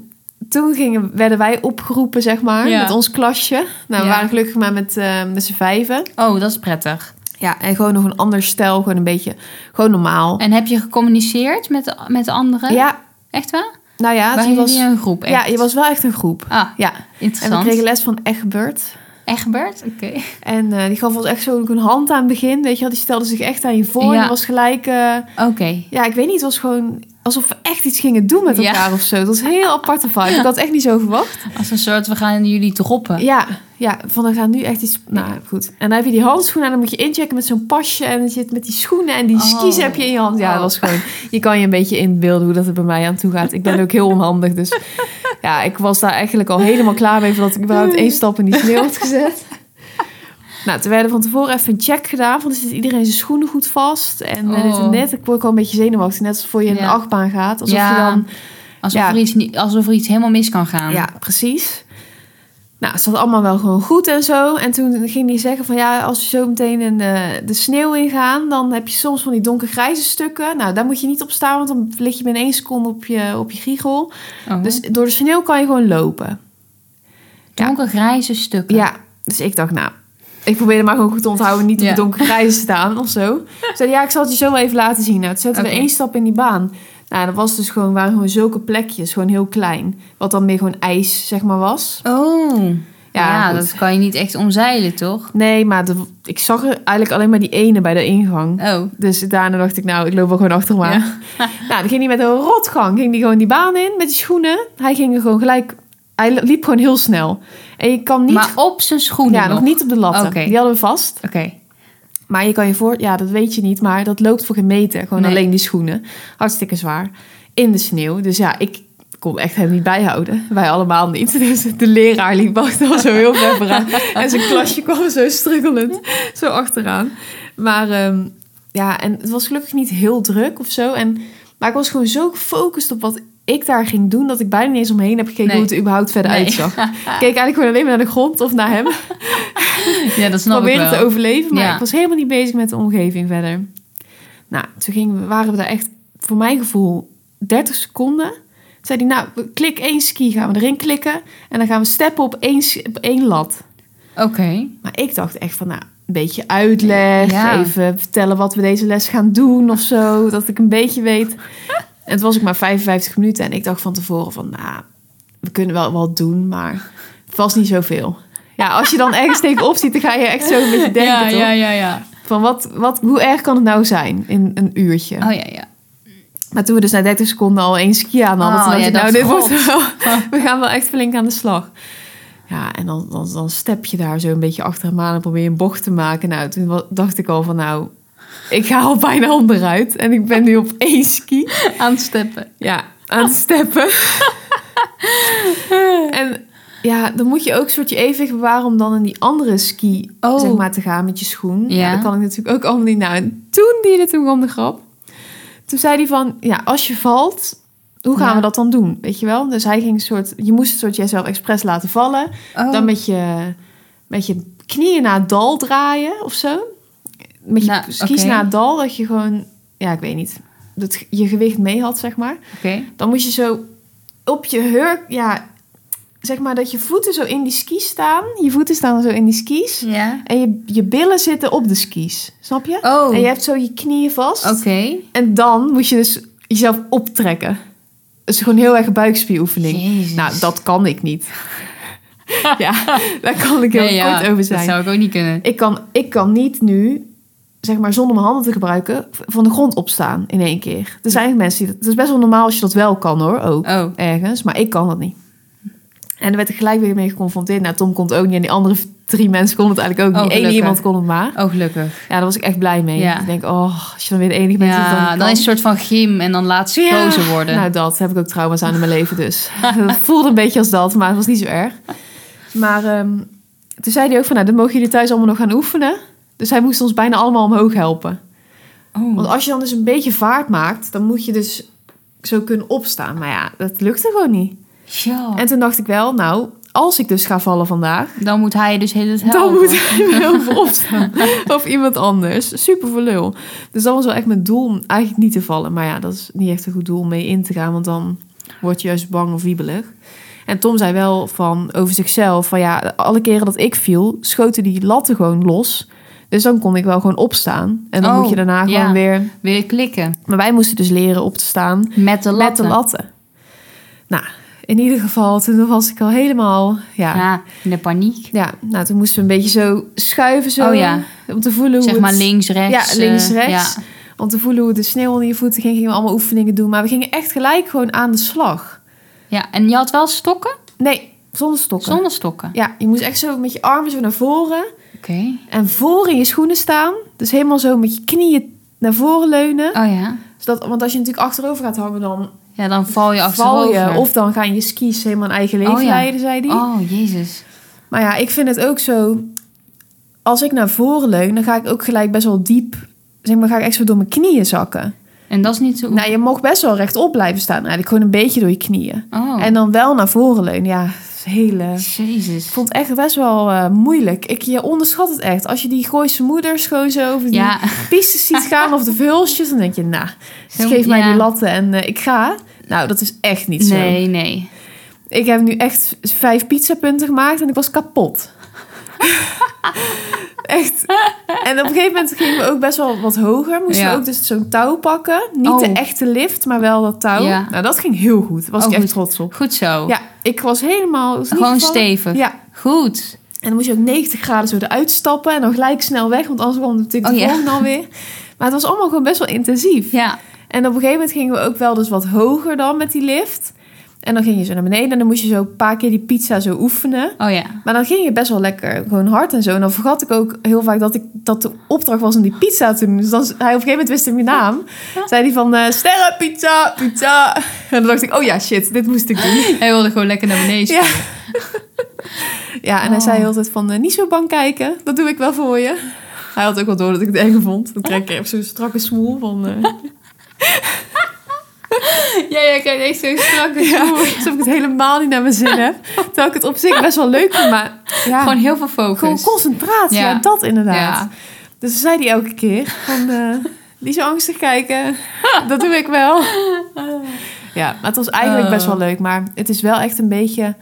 Speaker 1: toen gingen, werden wij opgeroepen, zeg maar,
Speaker 2: Ja.
Speaker 1: met ons klasje. Nou, we
Speaker 2: Ja.
Speaker 1: waren gelukkig maar met, eh, met z'n vijven.
Speaker 2: Oh, dat is prettig.
Speaker 1: Ja, en gewoon nog een ander stijl, gewoon een beetje, gewoon normaal.
Speaker 2: En heb je gecommuniceerd met de, met de anderen?
Speaker 1: Ja,
Speaker 2: Echt wel?
Speaker 1: nou ja,
Speaker 2: Waren
Speaker 1: het was,
Speaker 2: jullie een groep? Echt?
Speaker 1: ja, je was wel echt een groep.
Speaker 2: Ah,
Speaker 1: Ja, en we
Speaker 2: interessant.
Speaker 1: kregen les van Egbert.
Speaker 2: Egbert? Oké.
Speaker 1: En eh, die gaf ons echt zo ook een hand aan het begin, weet je wel. Die stelde zich echt aan je voor.
Speaker 2: Ja.
Speaker 1: En dat was gelijk... eh,
Speaker 2: Oké.
Speaker 1: Ja, ik weet niet. Het was gewoon alsof we echt iets gingen doen met
Speaker 2: Ja.
Speaker 1: elkaar of zo. Het was een heel aparte vibe. Ik had echt niet zo verwacht.
Speaker 2: Als een soort, we gaan jullie droppen.
Speaker 1: Ja, ja van we gaan nu echt iets... Nou, goed. En dan heb je die handschoenen en dan moet je inchecken met zo'n pasje. En dan zit met die schoenen en die
Speaker 2: Oh.
Speaker 1: skis heb je in je hand. Ja, dat was gewoon... Je kan je een beetje inbeelden hoe dat er bij mij aan toe gaat. Ik ben ook heel onhandig, dus... Ja, ik was daar eigenlijk al helemaal klaar mee... voordat ik überhaupt één stap in die sneeuw had gezet. Nou, toen werden van tevoren even een check gedaan... van zit iedereen zijn schoenen goed vast? En eh, dit en
Speaker 2: Oh.
Speaker 1: net. Ik word ook al een beetje zenuwachtig. Net als voor je in
Speaker 2: Ja.
Speaker 1: een achtbaan gaat. Alsof je
Speaker 2: Ja.
Speaker 1: dan...
Speaker 2: Alsof,
Speaker 1: Ja.
Speaker 2: Er iets, niet- alsof er iets helemaal mis kan gaan.
Speaker 1: Ja, precies. Nou, het zat allemaal wel gewoon goed en zo. En toen ging hij zeggen van ja, als we zo meteen in eh, de, de sneeuw ingaan, dan heb je soms van die donkergrijze stukken. Nou, daar moet je niet op staan, want dan lig je binnen één seconde op je, op je giegel.
Speaker 2: Oh.
Speaker 1: Dus door de sneeuw kan je gewoon lopen.
Speaker 2: Donkergrijze stukken.
Speaker 1: Ja, dus ik dacht nou, ik probeerde maar gewoon goed te onthouden, niet op
Speaker 2: Ja.
Speaker 1: de donkergrijze te staan of zo. Ik zei ja, ik zal het je zo wel even laten zien. Nou, toen zetten
Speaker 2: Oké.
Speaker 1: we één stap in die baan. Nou, dat was dus gewoon, waren gewoon zulke plekjes, gewoon heel klein. Wat dan meer gewoon ijs, zeg maar, was.
Speaker 2: Oh. Ja,
Speaker 1: Ja, goed.
Speaker 2: dat kan je niet echt omzeilen, toch?
Speaker 1: Nee, maar de- ik zag er eigenlijk alleen maar die ene bij de ingang.
Speaker 2: Oh.
Speaker 1: Dus daarna dacht ik, nou, ik loop wel gewoon achter hem aan. nou, dan ging hij met een rotgang. Ging hij gewoon die baan in met die schoenen. Hij ging er gewoon gelijk... Hij li- liep gewoon heel snel. En je kan niet...
Speaker 2: Maar op zijn schoenen
Speaker 1: ja, nog niet op de latten.
Speaker 2: Oké.
Speaker 1: Die hadden we vast.
Speaker 2: Oké.
Speaker 1: Maar je kan je voor... Ja, dat weet je niet. Maar dat loopt voor geen meter. Gewoon
Speaker 2: Nee.
Speaker 1: alleen die schoenen. Hartstikke zwaar. In de sneeuw. Dus ja, ik kon echt hem niet bijhouden. Wij allemaal niet. Dus de leraar liep achter al zo heel ver vooraan. En zijn klasje kwam zo struggelend. Zo achteraan. Maar ehm, ja, en het was gelukkig niet heel druk of zo. En, maar ik was gewoon zo gefocust op wat ik daar ging doen... dat ik bijna niet eens omheen heb gekeken
Speaker 2: Nee.
Speaker 1: hoe het er überhaupt verder
Speaker 2: Nee.
Speaker 1: uitzag. Ik keek eigenlijk gewoon alleen maar naar de grond of naar hem
Speaker 2: Ja, dat snap ik
Speaker 1: proberen
Speaker 2: wel.
Speaker 1: te overleven. Maar
Speaker 2: Ja.
Speaker 1: ik was helemaal niet bezig met de omgeving verder. Nou, toen gingen we, waren we daar echt, voor mijn gevoel, 30 seconden. Toen zei hij, nou, we- klik één ski, gaan we erin klikken. En dan gaan we steppen op één, s- op één lat.
Speaker 2: Oké.
Speaker 1: Maar ik dacht echt van, nou, een beetje uitleg.
Speaker 2: Ja.
Speaker 1: Even vertellen wat we deze les gaan doen of zo. Dat ik een beetje weet. En het was ook maar 55 minuten. En ik dacht van tevoren van, nou, we kunnen wel wat doen, maar vast niet zoveel. Ja, als je dan ergens tegenop ziet, dan ga je echt zo een beetje denken,
Speaker 2: ja,
Speaker 1: toch?
Speaker 2: ja, ja, ja.
Speaker 1: Van wat, wat, hoe erg kan het nou zijn in een uurtje?
Speaker 2: Oh ja, ja.
Speaker 1: Maar toen we dus na 30 seconden al één ski aan hadden, toen
Speaker 2: Oh,
Speaker 1: dacht
Speaker 2: ja,
Speaker 1: ik,
Speaker 2: dat
Speaker 1: nou,
Speaker 2: is
Speaker 1: dit
Speaker 2: goed.
Speaker 1: wordt wel, we gaan wel echt flink aan de slag. Ja, en dan, dan, dan step je daar zo een beetje achter hem aan en probeer je een bocht te maken. Nou, toen wa- dacht ik al van, nou, ik ga al bijna onderuit en ik ben nu op één ski.
Speaker 2: Aan het steppen.
Speaker 1: Ja, aan het steppen. en ja, dan moet je ook een soort je evenwicht bewaren om dan in die andere ski
Speaker 2: Oh.
Speaker 1: zeg maar, te gaan met je schoen. Ja.
Speaker 2: Ja.
Speaker 1: dat kan ik natuurlijk ook allemaal niet. Nou, en toen die het toen kwam de grap. Toen zei hij van, ja, als je valt, hoe gaan
Speaker 2: Ja.
Speaker 1: we dat dan doen? Weet je wel? Dus hij ging een soort, je moest een soort jezelf expres laten vallen.
Speaker 2: Oh.
Speaker 1: Dan met je, met je knieën naar het dal draaien of zo. Met je
Speaker 2: Nou,
Speaker 1: skis
Speaker 2: oké.
Speaker 1: naar het dal, dat je gewoon, ja, ik weet niet, dat je gewicht mee had, zeg maar.
Speaker 2: Oké.
Speaker 1: Dan moest je zo op je hurk, ja, zeg maar dat je voeten zo in die skis staan. Je voeten staan dan zo in die skis.
Speaker 2: Ja.
Speaker 1: En je, je billen zitten op de skis. Snap je?
Speaker 2: Oh,
Speaker 1: En je
Speaker 2: oké.
Speaker 1: hebt zo je knieën vast. En dan moet je dus jezelf optrekken. Dat is gewoon heel erg een buikspieroefening.
Speaker 2: Jezus.
Speaker 1: Nou, dat kan ik niet. ja, daar kan ik heel
Speaker 2: Nee, ja,
Speaker 1: kort over
Speaker 2: Dat
Speaker 1: zijn.
Speaker 2: zou ik ook niet kunnen.
Speaker 1: Ik, kan, ik kan niet nu, zeg maar zonder mijn handen te gebruiken, v- van de grond opstaan in één keer. Er zijn mensen die dat... Het is best wel normaal als je dat wel kan hoor, ook
Speaker 2: Oh.
Speaker 1: ergens. Maar ik kan dat niet. En daar werd ik gelijk weer mee geconfronteerd. Nou, Tom kon het ook niet en die andere v- drie mensen konden het eigenlijk ook
Speaker 2: Oh,
Speaker 1: niet. Eén
Speaker 2: gelukkig.
Speaker 1: iemand kon het maar.
Speaker 2: Oh, gelukkig.
Speaker 1: Ja, daar was ik echt blij mee.
Speaker 2: Ja.
Speaker 1: Ik denk, oh, als je dan weer de enige bent die het dan
Speaker 2: Ja,
Speaker 1: kan.
Speaker 2: dan is het een soort van gym en dan laat ze gekozen worden.
Speaker 1: Nou, dat heb ik ook trauma's aan in mijn leven, dus het voelde een beetje als dat, maar het was niet zo erg. Maar ehm, toen zei hij ook van, nou, dan mogen jullie thuis allemaal nog gaan oefenen. Dus hij moest ons bijna allemaal omhoog helpen.
Speaker 2: oh.
Speaker 1: Want als je dan dus een beetje vaart maakt, dan moet je dus zo kunnen opstaan. Maar ja, dat lukte gewoon niet.
Speaker 2: Ja.
Speaker 1: En toen dacht ik wel, nou, als ik dus ga vallen vandaag,
Speaker 2: Dan moet hij dus heel het helpen.
Speaker 1: dan moet hij me heel veel opstaan. of iemand anders. Super voor lul. Dus dat was wel echt mijn doel om eigenlijk niet te vallen. Maar ja, dat is niet echt een goed doel om mee in te gaan. Want dan word je juist bang of wiebelig. En Tom zei wel van over zichzelf: van ja, alle keren dat ik viel, schoten die latten gewoon los. Dus dan kon ik wel gewoon opstaan. En dan
Speaker 2: Oh,
Speaker 1: moet je daarna gewoon
Speaker 2: ja.
Speaker 1: weer.
Speaker 2: Weer klikken.
Speaker 1: Maar wij moesten dus leren op te staan
Speaker 2: Met de
Speaker 1: met de
Speaker 2: latten.
Speaker 1: latten. Nou, in ieder geval, toen was ik al helemaal. Ja,
Speaker 2: Ja, in de paniek.
Speaker 1: ja, nou toen moesten we een beetje zo schuiven zo.
Speaker 2: Oh ja.
Speaker 1: Om te voelen hoe
Speaker 2: Zeg
Speaker 1: het-
Speaker 2: maar links, rechts.
Speaker 1: Ja, links,
Speaker 2: eh,
Speaker 1: rechts.
Speaker 2: ja.
Speaker 1: Om te voelen hoe de sneeuw onder je voeten ging. Gingen we allemaal oefeningen doen. Maar we gingen echt gelijk gewoon aan de slag.
Speaker 2: ja, en je had wel stokken?
Speaker 1: Nee, zonder stokken.
Speaker 2: Zonder stokken.
Speaker 1: Ja, je moest echt zo met je armen zo naar voren.
Speaker 2: Oké.
Speaker 1: En voor in je schoenen staan. Dus helemaal zo met je knieën naar voren leunen.
Speaker 2: Oh ja.
Speaker 1: Zodat, want als je natuurlijk achterover gaat hangen, dan
Speaker 2: Ja, dan val je
Speaker 1: val
Speaker 2: achterover.
Speaker 1: je. Of dan gaan je skis helemaal een eigen leven
Speaker 2: Oh ja.
Speaker 1: leiden, zei die.
Speaker 2: Oh, jezus.
Speaker 1: Maar ja, ik vind het ook zo. Als ik naar voren leun, dan ga ik ook gelijk best wel diep. Zeg maar, ga ik echt zo door mijn knieën zakken.
Speaker 2: En dat is niet zo...
Speaker 1: Nou, je mag best wel rechtop blijven staan. Eigenlijk gewoon een beetje door je knieën.
Speaker 2: oh,
Speaker 1: En dan wel naar voren leunen. Ja, het is hele.
Speaker 2: jezus.
Speaker 1: Ik vond het echt best wel eh, moeilijk. Ik, je onderschat het echt. Als je die Gooise moeders gewoon zo over die
Speaker 2: Ja,
Speaker 1: pistes ziet gaan of de vulsjes, dan denk je, nou,
Speaker 2: Zo,
Speaker 1: geef mij
Speaker 2: ja.
Speaker 1: die latten en eh, ik ga. Nou, dat is echt niet zo.
Speaker 2: nee, nee.
Speaker 1: Ik heb nu echt vijf pizzapunten gemaakt en ik was kapot. echt. En op een gegeven moment gingen we ook best wel wat hoger. Moesten
Speaker 2: Ja.
Speaker 1: we ook dus zo'n touw pakken. Niet
Speaker 2: Oh.
Speaker 1: de echte lift, maar wel dat touw.
Speaker 2: Ja.
Speaker 1: Nou, dat ging heel goed. Daar was
Speaker 2: Oh,
Speaker 1: ik echt
Speaker 2: goed.
Speaker 1: trots op.
Speaker 2: Goed zo.
Speaker 1: Ja, ik was helemaal... was niet
Speaker 2: Gewoon
Speaker 1: gevallen.
Speaker 2: stevig.
Speaker 1: Ja.
Speaker 2: Goed.
Speaker 1: En dan moest je ook 90 graden zo eruit stappen. En dan gelijk snel weg, want anders kwam natuurlijk de
Speaker 2: Oh, ja.
Speaker 1: volgende dan weer. Maar het was allemaal gewoon best wel intensief.
Speaker 2: Ja.
Speaker 1: En op een gegeven moment gingen we ook wel dus wat hoger dan met die lift. En dan ging je zo naar beneden en dan moest je zo een paar keer die pizza zo oefenen.
Speaker 2: Oh ja.
Speaker 1: Maar dan ging je best wel lekker, gewoon hard en zo. En dan vergat ik ook heel vaak dat, ik, dat de opdracht was om die pizza te doen. Dus dan, hij op een gegeven moment wist hij mijn naam. Zei hij van, eh sterren, pizza, pizza. En dan dacht ik, oh ja, shit, dit moest ik doen.
Speaker 2: Hij wilde gewoon lekker naar beneden.
Speaker 1: Ja. Ja, en hij
Speaker 2: Oh.
Speaker 1: zei altijd van, eh, niet zo bang kijken, dat doe ik wel voor je. Hij had ook wel door dat ik het eng vond. Dan kreeg ik echt zo'n strakke smoel van... eh,
Speaker 2: Ja, jij krijgt echt zo'n strakke
Speaker 1: Ja,
Speaker 2: smoel.
Speaker 1: alsof ik het helemaal niet naar mijn zin heb. Terwijl ik het op zich best wel leuk vind, maar ja,
Speaker 2: Gewoon
Speaker 1: gewoon,
Speaker 2: heel veel focus.
Speaker 1: concentratie.
Speaker 2: Ja.
Speaker 1: Ja. dat inderdaad.
Speaker 2: Ja.
Speaker 1: Dus dat zei hij elke keer van, eh, niet zo angstig kijken, dat doe ik wel. Ja, maar het was eigenlijk
Speaker 2: Oh.
Speaker 1: best wel leuk, maar het is wel echt een beetje,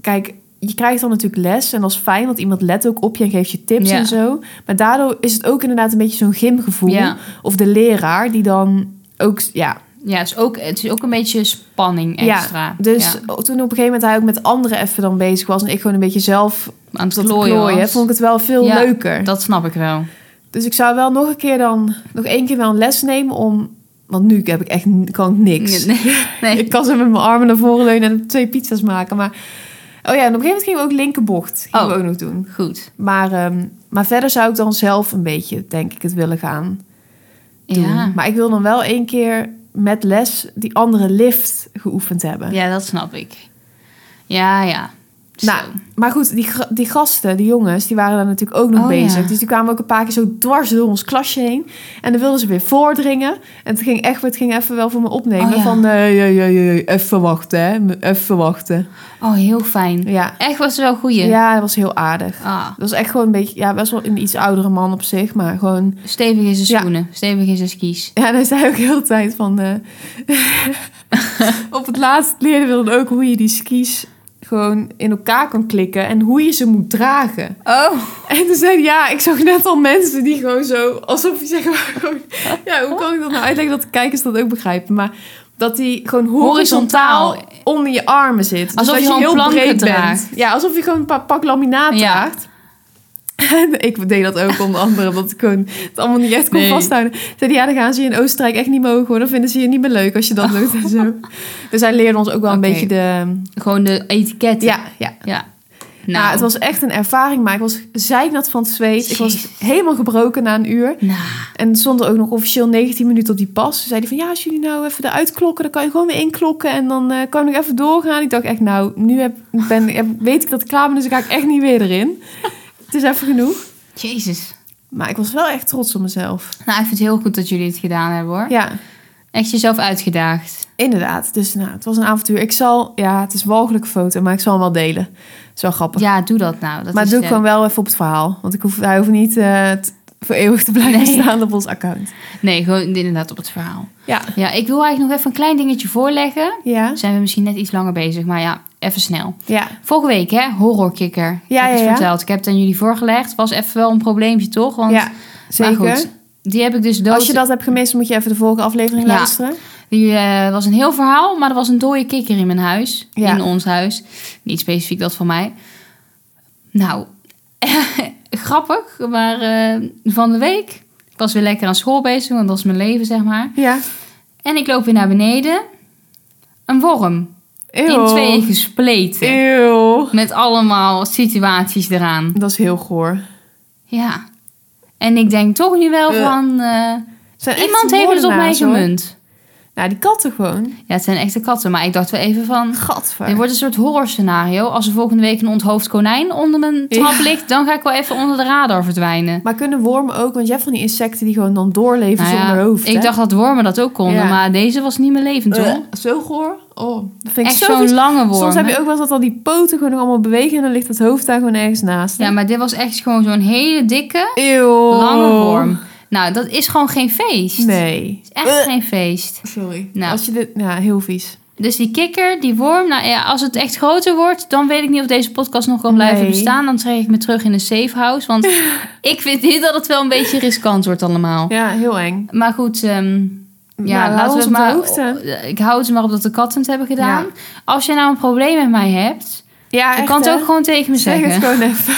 Speaker 1: kijk, je krijgt dan natuurlijk les en dat is fijn, want iemand let ook op je en geeft je tips
Speaker 2: Ja.
Speaker 1: en zo. Maar daardoor is het ook inderdaad een beetje zo'n gymgevoel.
Speaker 2: Ja.
Speaker 1: Of de leraar die dan ook, ja,
Speaker 2: Ja, het is, ook, het is ook een beetje spanning extra.
Speaker 1: ja, dus
Speaker 2: Ja.
Speaker 1: toen op een gegeven moment hij ook met anderen even dan bezig was en ik gewoon een beetje zelf
Speaker 2: aan het
Speaker 1: zat te
Speaker 2: klooien,
Speaker 1: klooien,
Speaker 2: was.
Speaker 1: vond ik het wel veel
Speaker 2: Ja,
Speaker 1: leuker.
Speaker 2: Dat snap ik wel.
Speaker 1: Dus ik zou wel nog een keer dan, nog één keer wel een les nemen om, want nu heb ik echt n- kan ik niks.
Speaker 2: Nee, nee.
Speaker 1: Ik kan zo met mijn armen naar voren leunen en twee pizza's maken, maar oh ja, en op een gegeven moment gingen we ook linkerbocht, gingen
Speaker 2: Oh.
Speaker 1: we ook nog doen.
Speaker 2: Goed.
Speaker 1: Maar, ehm, maar verder zou ik dan zelf een beetje, denk ik, het willen gaan doen.
Speaker 2: Ja.
Speaker 1: Maar ik wil dan wel één keer met les die andere lift geoefend hebben.
Speaker 2: ja, dat snap ik. Ja, ja. Zo.
Speaker 1: Nou, maar goed, die, gra- die gasten, die jongens, die waren daar natuurlijk ook nog
Speaker 2: Oh,
Speaker 1: bezig.
Speaker 2: ja.
Speaker 1: Dus die kwamen ook een paar keer zo dwars door ons klasje heen. En dan wilden ze weer voordringen. En toen ging Egbert ging even wel voor me opnemen.
Speaker 2: Oh, ja.
Speaker 1: Van, eh, ja, ja, ja, ja, even wachten, hè. Even wachten.
Speaker 2: Oh, heel fijn.
Speaker 1: Ja.
Speaker 2: Echt was het wel goeie.
Speaker 1: ja, dat was heel aardig.
Speaker 2: Ah,
Speaker 1: Dat was echt gewoon een beetje, ja, best wel een iets oudere man op zich. Maar gewoon,
Speaker 2: stevig in zijn
Speaker 1: Ja.
Speaker 2: schoenen. Stevig in zijn skis.
Speaker 1: ja, en hij zei ook heel de tijd van... eh, op het laatst leerden we dan ook hoe je die skis... gewoon gewoon in elkaar kan klikken en hoe je ze moet dragen.
Speaker 2: Oh.
Speaker 1: En toen zei hij, ja, ik zag net al mensen die gewoon zo, alsof je zeg maar gewoon, ja, hoe kan ik dat nou uitleggen dat de kijkers dat ook begrijpen? Maar dat die gewoon horizontaal,
Speaker 2: Horizontaal.
Speaker 1: onder je armen zit. Dus
Speaker 2: Alsof
Speaker 1: dat
Speaker 2: je gewoon planken draagt.
Speaker 1: Ja, alsof je gewoon een paar pak laminaat
Speaker 2: Ja.
Speaker 1: draagt. En ik deed dat ook onder andere, omdat ik gewoon het allemaal niet echt kon
Speaker 2: Nee.
Speaker 1: vasthouden. Zei hij, ja, dan gaan ze je in Oostenrijk echt niet mogen hoor. Dan vinden ze je niet meer leuk als je dat doet en zo. Dus hij leerde ons ook wel een
Speaker 2: Oké.
Speaker 1: beetje de...
Speaker 2: Gewoon de etiketten.
Speaker 1: Ja, ja.
Speaker 2: Ja.
Speaker 1: Nou, het was echt een ervaring, maar ik was zeiknat van het zweet. Ik was helemaal gebroken na een uur.
Speaker 2: Nou,
Speaker 1: En er stond er ook nog officieel 19 minuten op die pas. Ze zeiden van, ja, als jullie nou even eruit klokken, dan kan je gewoon weer inklokken. En dan eh, kan ik nog even doorgaan. Ik dacht echt, nou, nu heb, ben, heb, weet ik dat ik klaar ben, dus dan ga ik echt niet weer erin. het is even genoeg.
Speaker 2: jezus.
Speaker 1: Maar ik was wel echt trots op mezelf.
Speaker 2: Nou, ik vind het heel goed dat jullie het gedaan hebben hoor.
Speaker 1: Ja,
Speaker 2: Echt jezelf uitgedaagd.
Speaker 1: inderdaad. Dus nou, het was een avontuur. Ik zal, ja, het is een walgelijke foto, maar ik zal hem wel delen. Het is wel grappig.
Speaker 2: Ja, doe dat nou. Dat
Speaker 1: maar
Speaker 2: is
Speaker 1: doe ik
Speaker 2: leuk.
Speaker 1: gewoon wel even op het verhaal. Want ik hoef, hij hoeft niet eh, t- voor eeuwig te blijven
Speaker 2: Nee.
Speaker 1: staan op ons account.
Speaker 2: Nee, gewoon inderdaad op het verhaal.
Speaker 1: Ja.
Speaker 2: Ja, ik wil eigenlijk nog even een klein dingetje voorleggen.
Speaker 1: Ja.
Speaker 2: Dan zijn we misschien net iets langer bezig, maar ja, even snel.
Speaker 1: Ja.
Speaker 2: Vorige week, hè, horrorkikker. Ik
Speaker 1: Ja,
Speaker 2: heb het
Speaker 1: ja, ja.
Speaker 2: verteld. Ik heb het aan jullie voorgelegd. Was even wel een probleempje, toch? Want,
Speaker 1: ja. Zeker.
Speaker 2: Maar goed, die heb ik dus dood.
Speaker 1: Als je dat hebt gemist, moet je even de vorige aflevering
Speaker 2: Ja.
Speaker 1: luisteren.
Speaker 2: Die eh, was een heel verhaal, maar er was een dode kikker in mijn huis.
Speaker 1: Ja.
Speaker 2: In ons huis. Niet specifiek dat van mij. Nou, grappig, maar eh, van de week. Ik was weer lekker aan school bezig, want dat is mijn leven, zeg maar.
Speaker 1: Ja.
Speaker 2: En ik loop weer naar beneden. Een worm. In
Speaker 1: Eeuw.
Speaker 2: tweeën gespleten.
Speaker 1: Eeuw.
Speaker 2: Met allemaal situaties eraan.
Speaker 1: Dat is heel goor.
Speaker 2: Ja. En ik denk toch nu wel
Speaker 1: Eh.
Speaker 2: van... eh,
Speaker 1: Zijn echt
Speaker 2: iemand heeft het op mij
Speaker 1: moordenaars, hoor.
Speaker 2: gemunt.
Speaker 1: Nou, die katten gewoon.
Speaker 2: Ja, het zijn echte katten. Maar ik dacht wel even van...
Speaker 1: Gadver.
Speaker 2: Dit wordt een soort horrorscenario. Als er volgende week een onthoofd konijn onder mijn
Speaker 1: Ja.
Speaker 2: trap ligt... dan ga ik wel even onder de radar verdwijnen.
Speaker 1: Maar kunnen wormen ook, want je hebt van die insecten die gewoon dan doorleven
Speaker 2: Nou ja,
Speaker 1: zonder hoofd.
Speaker 2: ik
Speaker 1: hè?
Speaker 2: dacht dat wormen dat ook konden.
Speaker 1: Ja.
Speaker 2: Maar deze was niet meer levend, hoor.
Speaker 1: Eh, zo goor. Oh, dat vind ik
Speaker 2: Echt
Speaker 1: zo
Speaker 2: zo'n
Speaker 1: vies.
Speaker 2: lange worm.
Speaker 1: Soms heb
Speaker 2: hè?
Speaker 1: je ook wel eens dat al die poten gewoon nog allemaal bewegen en dan ligt het hoofd daar gewoon ergens naast.
Speaker 2: Ja, maar dit was echt gewoon zo'n hele dikke,
Speaker 1: Eeuw.
Speaker 2: lange worm. Nou, dat is gewoon geen feest.
Speaker 1: Oh. Nee. Eh.
Speaker 2: Het is echt geen feest.
Speaker 1: Sorry.
Speaker 2: Nou.
Speaker 1: Als je dit, ja, heel vies.
Speaker 2: Dus die kikker, die worm, nou ja, als het echt groter wordt, dan weet ik niet of deze podcast nog kan blijven
Speaker 1: Nee.
Speaker 2: bestaan. Dan trek ik me terug in een safe house. Want ik vind niet dat het wel een beetje riskant wordt allemaal.
Speaker 1: Ja, heel eng.
Speaker 2: Maar goed, ehm, ja,
Speaker 1: Nou, hou
Speaker 2: laten we
Speaker 1: ons
Speaker 2: het
Speaker 1: op de
Speaker 2: maar.
Speaker 1: hoogte.
Speaker 2: Ik hou het maar op dat de katten het hebben gedaan. Als jij nou een probleem met mij hebt,
Speaker 1: Ja,
Speaker 2: dan
Speaker 1: echt,
Speaker 2: kan het
Speaker 1: hè?
Speaker 2: ook gewoon tegen me
Speaker 1: Zeg het
Speaker 2: zeggen.
Speaker 1: gewoon even.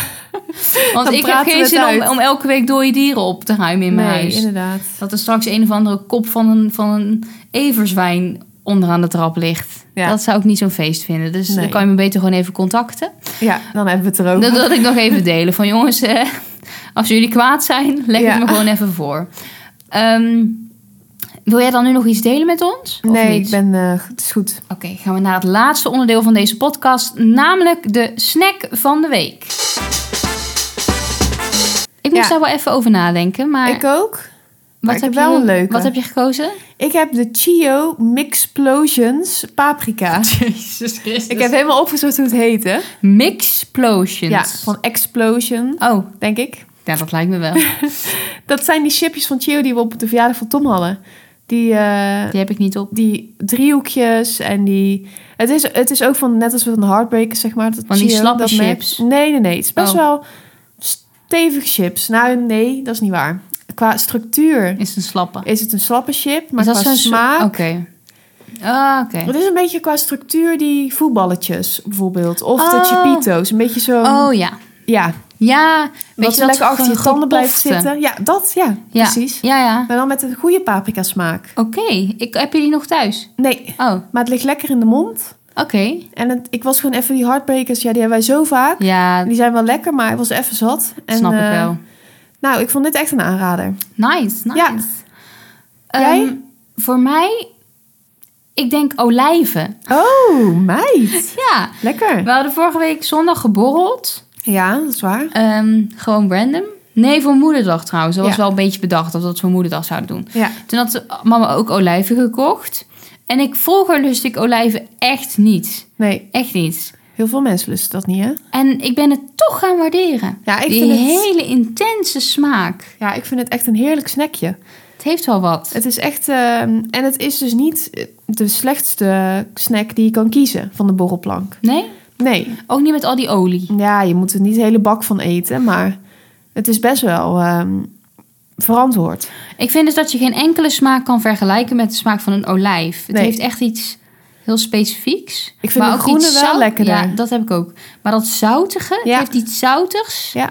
Speaker 2: Want
Speaker 1: dan
Speaker 2: ik heb
Speaker 1: praten we
Speaker 2: geen
Speaker 1: het
Speaker 2: zin om,
Speaker 1: uit.
Speaker 2: om elke week dode dieren op te ruimen in mijn
Speaker 1: nee,
Speaker 2: huis.
Speaker 1: inderdaad.
Speaker 2: Dat er straks een of andere kop van een, van een everzwijn onderaan de trap ligt.
Speaker 1: Ja.
Speaker 2: Dat zou ik niet zo'n feest vinden. Dus
Speaker 1: Nee. Oh.
Speaker 2: dan kan je me beter gewoon even contacten.
Speaker 1: Ja, dan hebben we het erover.
Speaker 2: Dat wil ik nog even delen. Van jongens, eh, als jullie kwaad zijn, leg
Speaker 1: Ja.
Speaker 2: het me gewoon even voor. Ehm, wil jij dan nu nog iets delen met ons? Of
Speaker 1: nee,
Speaker 2: niet?
Speaker 1: ik ben... eh, het is goed.
Speaker 2: Oké, gaan we naar het laatste onderdeel van deze podcast. Namelijk de snack van de week. Ik moest
Speaker 1: Ja.
Speaker 2: daar wel even over nadenken. Maar
Speaker 1: ik ook.
Speaker 2: wat,
Speaker 1: ik
Speaker 2: heb
Speaker 1: heb wel
Speaker 2: je,
Speaker 1: een leuke.
Speaker 2: wat heb je gekozen?
Speaker 1: Ik heb de Chio Mixplosions paprika.
Speaker 2: Jezus Christus.
Speaker 1: Ik heb helemaal opgezocht hoe het heette.
Speaker 2: Mixplosions.
Speaker 1: Ja, van Explosion,
Speaker 2: Oh,
Speaker 1: denk ik.
Speaker 2: ja, dat lijkt me wel.
Speaker 1: Dat zijn die chipjes van Chio die we op de verjaardag van Tom hadden. Die, eh,
Speaker 2: Die heb ik niet op.
Speaker 1: die driehoekjes en die... Het is, het is ook van, net als van de Heartbreakers, zeg maar. Dat
Speaker 2: Van die
Speaker 1: Chio,
Speaker 2: slappe
Speaker 1: dat merk-
Speaker 2: chips.
Speaker 1: Nee, nee, nee. Het is best
Speaker 2: Oh.
Speaker 1: wel stevig chips. Nou, nee, dat is niet waar. Qua structuur
Speaker 2: Is een slappe.
Speaker 1: is het een slappe chip, maar
Speaker 2: is
Speaker 1: qua
Speaker 2: zo-
Speaker 1: smaak...
Speaker 2: Oké. Ah, oké.
Speaker 1: Het is een beetje qua structuur die voetballetjes bijvoorbeeld. Of
Speaker 2: Oh.
Speaker 1: de chipito's. Een beetje zo...
Speaker 2: Oh ja.
Speaker 1: Ja,
Speaker 2: Ja,
Speaker 1: dat
Speaker 2: weet
Speaker 1: ze
Speaker 2: je dat
Speaker 1: lekker achter je
Speaker 2: gepofte.
Speaker 1: tanden blijft zitten. Ja, dat, ja,
Speaker 2: Ja,
Speaker 1: precies.
Speaker 2: Ja, ja.
Speaker 1: Maar dan met een goede paprika smaak.
Speaker 2: Oké, ik heb je die nog thuis?
Speaker 1: Nee,
Speaker 2: Oh, oké.
Speaker 1: maar het ligt lekker in de mond. En het, ik was gewoon even die heartbreakers. Ja, die hebben wij zo vaak.
Speaker 2: Ja,
Speaker 1: Die zijn wel lekker, maar ik was even zat. En,
Speaker 2: snap ik
Speaker 1: eh,
Speaker 2: wel.
Speaker 1: Nou, ik vond dit echt een aanrader.
Speaker 2: Nice, nice.
Speaker 1: ja.
Speaker 2: Ehm,
Speaker 1: Jij?
Speaker 2: Voor mij, ik denk olijven.
Speaker 1: Oh, meid.
Speaker 2: Ja.
Speaker 1: Lekker.
Speaker 2: We hadden vorige week zondag geborreld.
Speaker 1: Ja, dat is waar.
Speaker 2: Ehm, gewoon random. Nee, voor moederdag trouwens. Dat was
Speaker 1: Ja.
Speaker 2: wel een beetje bedacht dat we dat voor moederdag zouden doen.
Speaker 1: Ja.
Speaker 2: Toen had mama ook olijven gekocht. En ik vroeger lust ik olijven echt niet.
Speaker 1: Nee,
Speaker 2: Echt niet.
Speaker 1: heel veel mensen lusten dat niet, hè?
Speaker 2: En ik ben het toch gaan waarderen.
Speaker 1: Ja, ik
Speaker 2: Die
Speaker 1: vind het-
Speaker 2: hele intense smaak.
Speaker 1: Ja, ik vind het echt een heerlijk snackje.
Speaker 2: Het heeft wel wat.
Speaker 1: Het is echt. ehm, en het is dus niet eh, de slechtste snack die je kan kiezen van de borrelplank.
Speaker 2: Nee?
Speaker 1: Nee.
Speaker 2: Ook niet met al die olie.
Speaker 1: Ja, je moet er niet de hele bak van eten, maar het is best wel ehm, verantwoord.
Speaker 2: Ik vind dus dat je geen enkele smaak kan vergelijken met de smaak van een olijf. Het
Speaker 1: Nee.
Speaker 2: heeft echt iets heel specifieks.
Speaker 1: Ik vind de groene
Speaker 2: iets
Speaker 1: wel lekkerder.
Speaker 2: Ja, dat heb ik ook. Maar dat zoutige,
Speaker 1: Ja.
Speaker 2: het heeft iets zoutigs.
Speaker 1: Ja.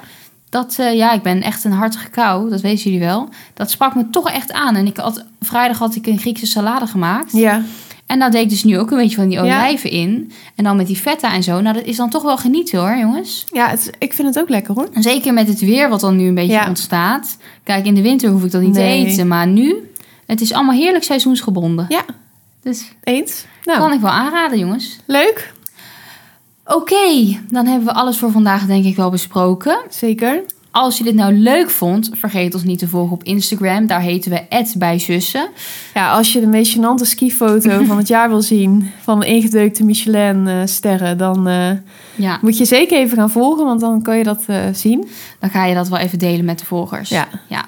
Speaker 2: Dat, eh, ja, ik ben echt een hartige kou, dat weten jullie wel. Dat sprak me toch echt aan. En ik had, vrijdag had ik een Griekse salade gemaakt.
Speaker 1: Ja.
Speaker 2: En nou deed ik dus nu ook een beetje van die
Speaker 1: Ja.
Speaker 2: olijven in. En dan met die feta en zo. Nou, dat is dan toch wel genieten hoor, jongens.
Speaker 1: Ja, het is- ik vind het ook lekker hoor.
Speaker 2: En zeker met het weer wat dan nu een beetje
Speaker 1: Ja.
Speaker 2: ontstaat. Kijk, in de winter hoef ik dat niet
Speaker 1: Nee.
Speaker 2: te eten. Maar nu, het is allemaal heerlijk seizoensgebonden.
Speaker 1: Ja,
Speaker 2: Dus
Speaker 1: eens. Nou,
Speaker 2: kan ik wel aanraden, jongens.
Speaker 1: leuk.
Speaker 2: Oké, dan hebben we alles voor vandaag denk ik wel besproken.
Speaker 1: Zeker.
Speaker 2: Als je dit nou leuk vond, vergeet ons niet te volgen op Instagram. Daar heten we @bijzussen.
Speaker 1: Ja, als je de meest gênante skifoto van het jaar wil zien... van de ingedeukte Michelin-sterren... dan eh,
Speaker 2: Ja,
Speaker 1: moet je zeker even gaan volgen, want dan kan je dat eh, zien.
Speaker 2: dan ga je dat wel even delen met de volgers.
Speaker 1: Ja.
Speaker 2: ja.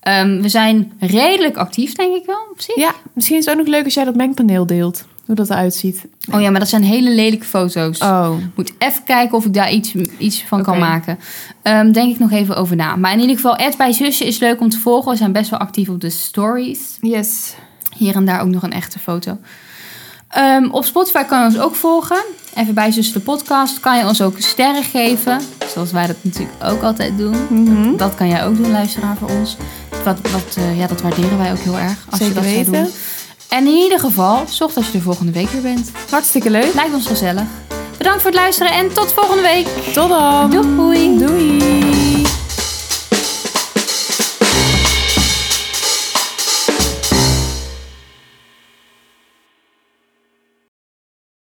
Speaker 2: Ehm, we zijn redelijk actief, denk ik wel. Op zich.
Speaker 1: Ja, misschien is het ook nog leuk als jij dat mengpaneel deelt. Hoe dat eruit ziet.
Speaker 2: Oh ja, maar dat zijn hele lelijke foto's.
Speaker 1: Oh,
Speaker 2: Moet even kijken of ik daar iets, iets van kan
Speaker 1: Oké.
Speaker 2: maken. Ehm, denk ik nog even over na. Maar in ieder geval, Ed bij Zusje is leuk om te volgen. We zijn best wel actief op de stories.
Speaker 1: yes.
Speaker 2: Hier en daar ook nog een echte foto. Ehm, op Spotify kan je ons ook volgen. Even bij Zusje de podcast kan je ons ook sterren geven. Zoals wij dat natuurlijk ook altijd doen.
Speaker 1: Mhm.
Speaker 2: Dat kan jij ook doen, luisteraar, voor ons. Wat, wat, eh, ja, dat waarderen wij ook heel erg. Als
Speaker 1: Zeker
Speaker 2: je dat zou
Speaker 1: weten.
Speaker 2: doen. En in ieder geval, zorg dat je er volgende week weer bent.
Speaker 1: Hartstikke leuk.
Speaker 2: Lijkt ons gezellig. Bedankt voor het luisteren en tot volgende week.
Speaker 1: Tot dan.
Speaker 2: Doei.
Speaker 1: Nou, Doei.